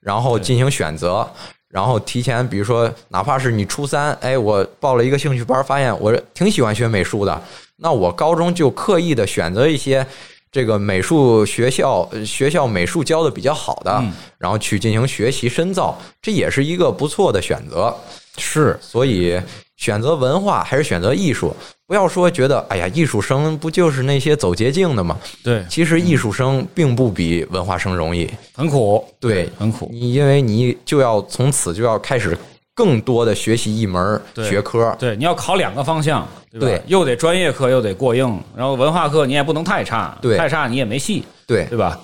S3: 然后进行选择。然后提前，比如说，哪怕是你初三，哎，我报了一个兴趣班儿，发现我挺喜欢学美术的，那我高中就刻意的选择一些这个美术学校呃学校美术教的比较好的，然后去进行学习深造，这也是一个不错的选择。
S2: 是
S3: 所以选择文化还是选择艺术，不要说觉得哎呀，艺术生不就是那些走捷径的吗？
S2: 对，
S3: 其实艺术生并不比文化生容易。
S2: 很苦，
S3: 对
S2: 很苦，
S3: 你因为你就要从此就要开始更多的学习一门儿
S2: 对
S3: 学科，
S2: 对，你要考两个方向，对吧？
S3: 对
S2: 又得专业课又得过硬，然后文化课你也不能太差，
S3: 对
S2: 太差你也没戏，
S3: 对，
S2: 对吧？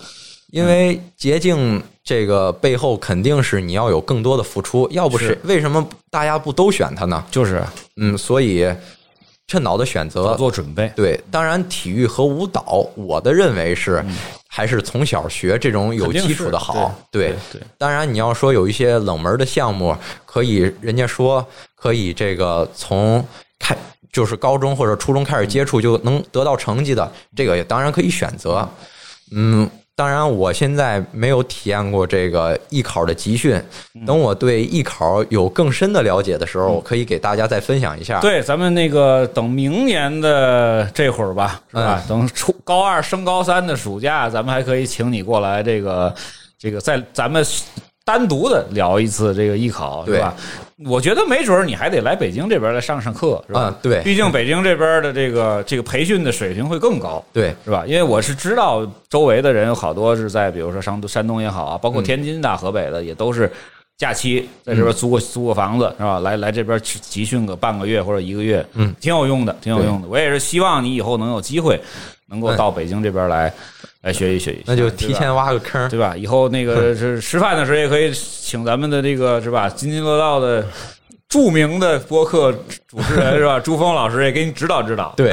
S3: 因为捷径这个背后肯定是你要有更多的付出，要不
S2: 是
S3: 是为什么大家不都选它呢？
S2: 就是
S3: 嗯，所以趁早的选择，
S2: 早做准备，
S3: 对，当然体育和舞蹈，我的认为是、还是从小学这种有
S2: 嗯肯定是
S3: 基础的好。对
S2: 对对
S3: 当然你要说有一些冷门的项目，可以人家说可以这个从开就是高中或者初中开始接触就能得到成绩的，这个也当然可以选择。嗯。当然，我现在没有体验过这个艺考的集训。
S2: 嗯
S3: 等我对艺考有更深的了解的时候，我可以给大家再分享一下。
S2: 啊对，咱们那个等明年的这会儿吧，
S3: 嗯
S2: 是吧？等初高二升高三的暑假，咱们还可以请你过来，这个这个在咱们单独的聊一次这个艺考，是吧？我觉得没准儿你还得来北京这边来上上课，是吧？
S3: 嗯对
S2: 毕竟北京这边的这个这个培训的水平会更高。
S3: 对
S2: 是吧？因为我是知道周围的人有好多是在，比如说山东、山东也好啊，包括天津的、河北的，也都是假期在这边租
S3: 嗯
S2: 过租过房子，是吧？来来这边去集训个半个月或者一个月，嗯，挺有用的，挺有用的。我也是希望你以后能有机会能够到北京这边来来学习学习，
S3: 那就
S2: 啊
S3: 提
S2: 对吧
S3: 前挖个坑儿。
S2: 对吧？以后那个是吃饭的时候也可以请咱们的这个是吧，津津乐道的著名的播客主持人是吧，朱峰老师也给你指导指导，
S3: 对，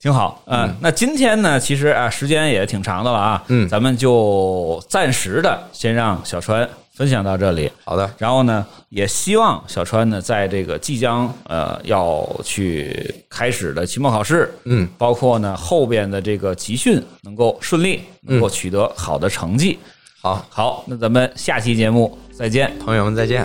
S2: 挺好。嗯，那今天呢，其实啊，时间也挺长的了啊，
S3: 嗯
S2: 咱们就暂时的先让小川分享到这里。
S3: 好的，
S2: 然后呢，也希望小川呢，在这个即将呃要去开始的期末考试，
S3: 嗯，
S2: 包括呢后边的这个集训能够顺利，能
S3: 嗯
S2: 够取得好的成绩。
S3: 好，
S2: 好，那咱们下期节目再见。
S3: 朋友们再见。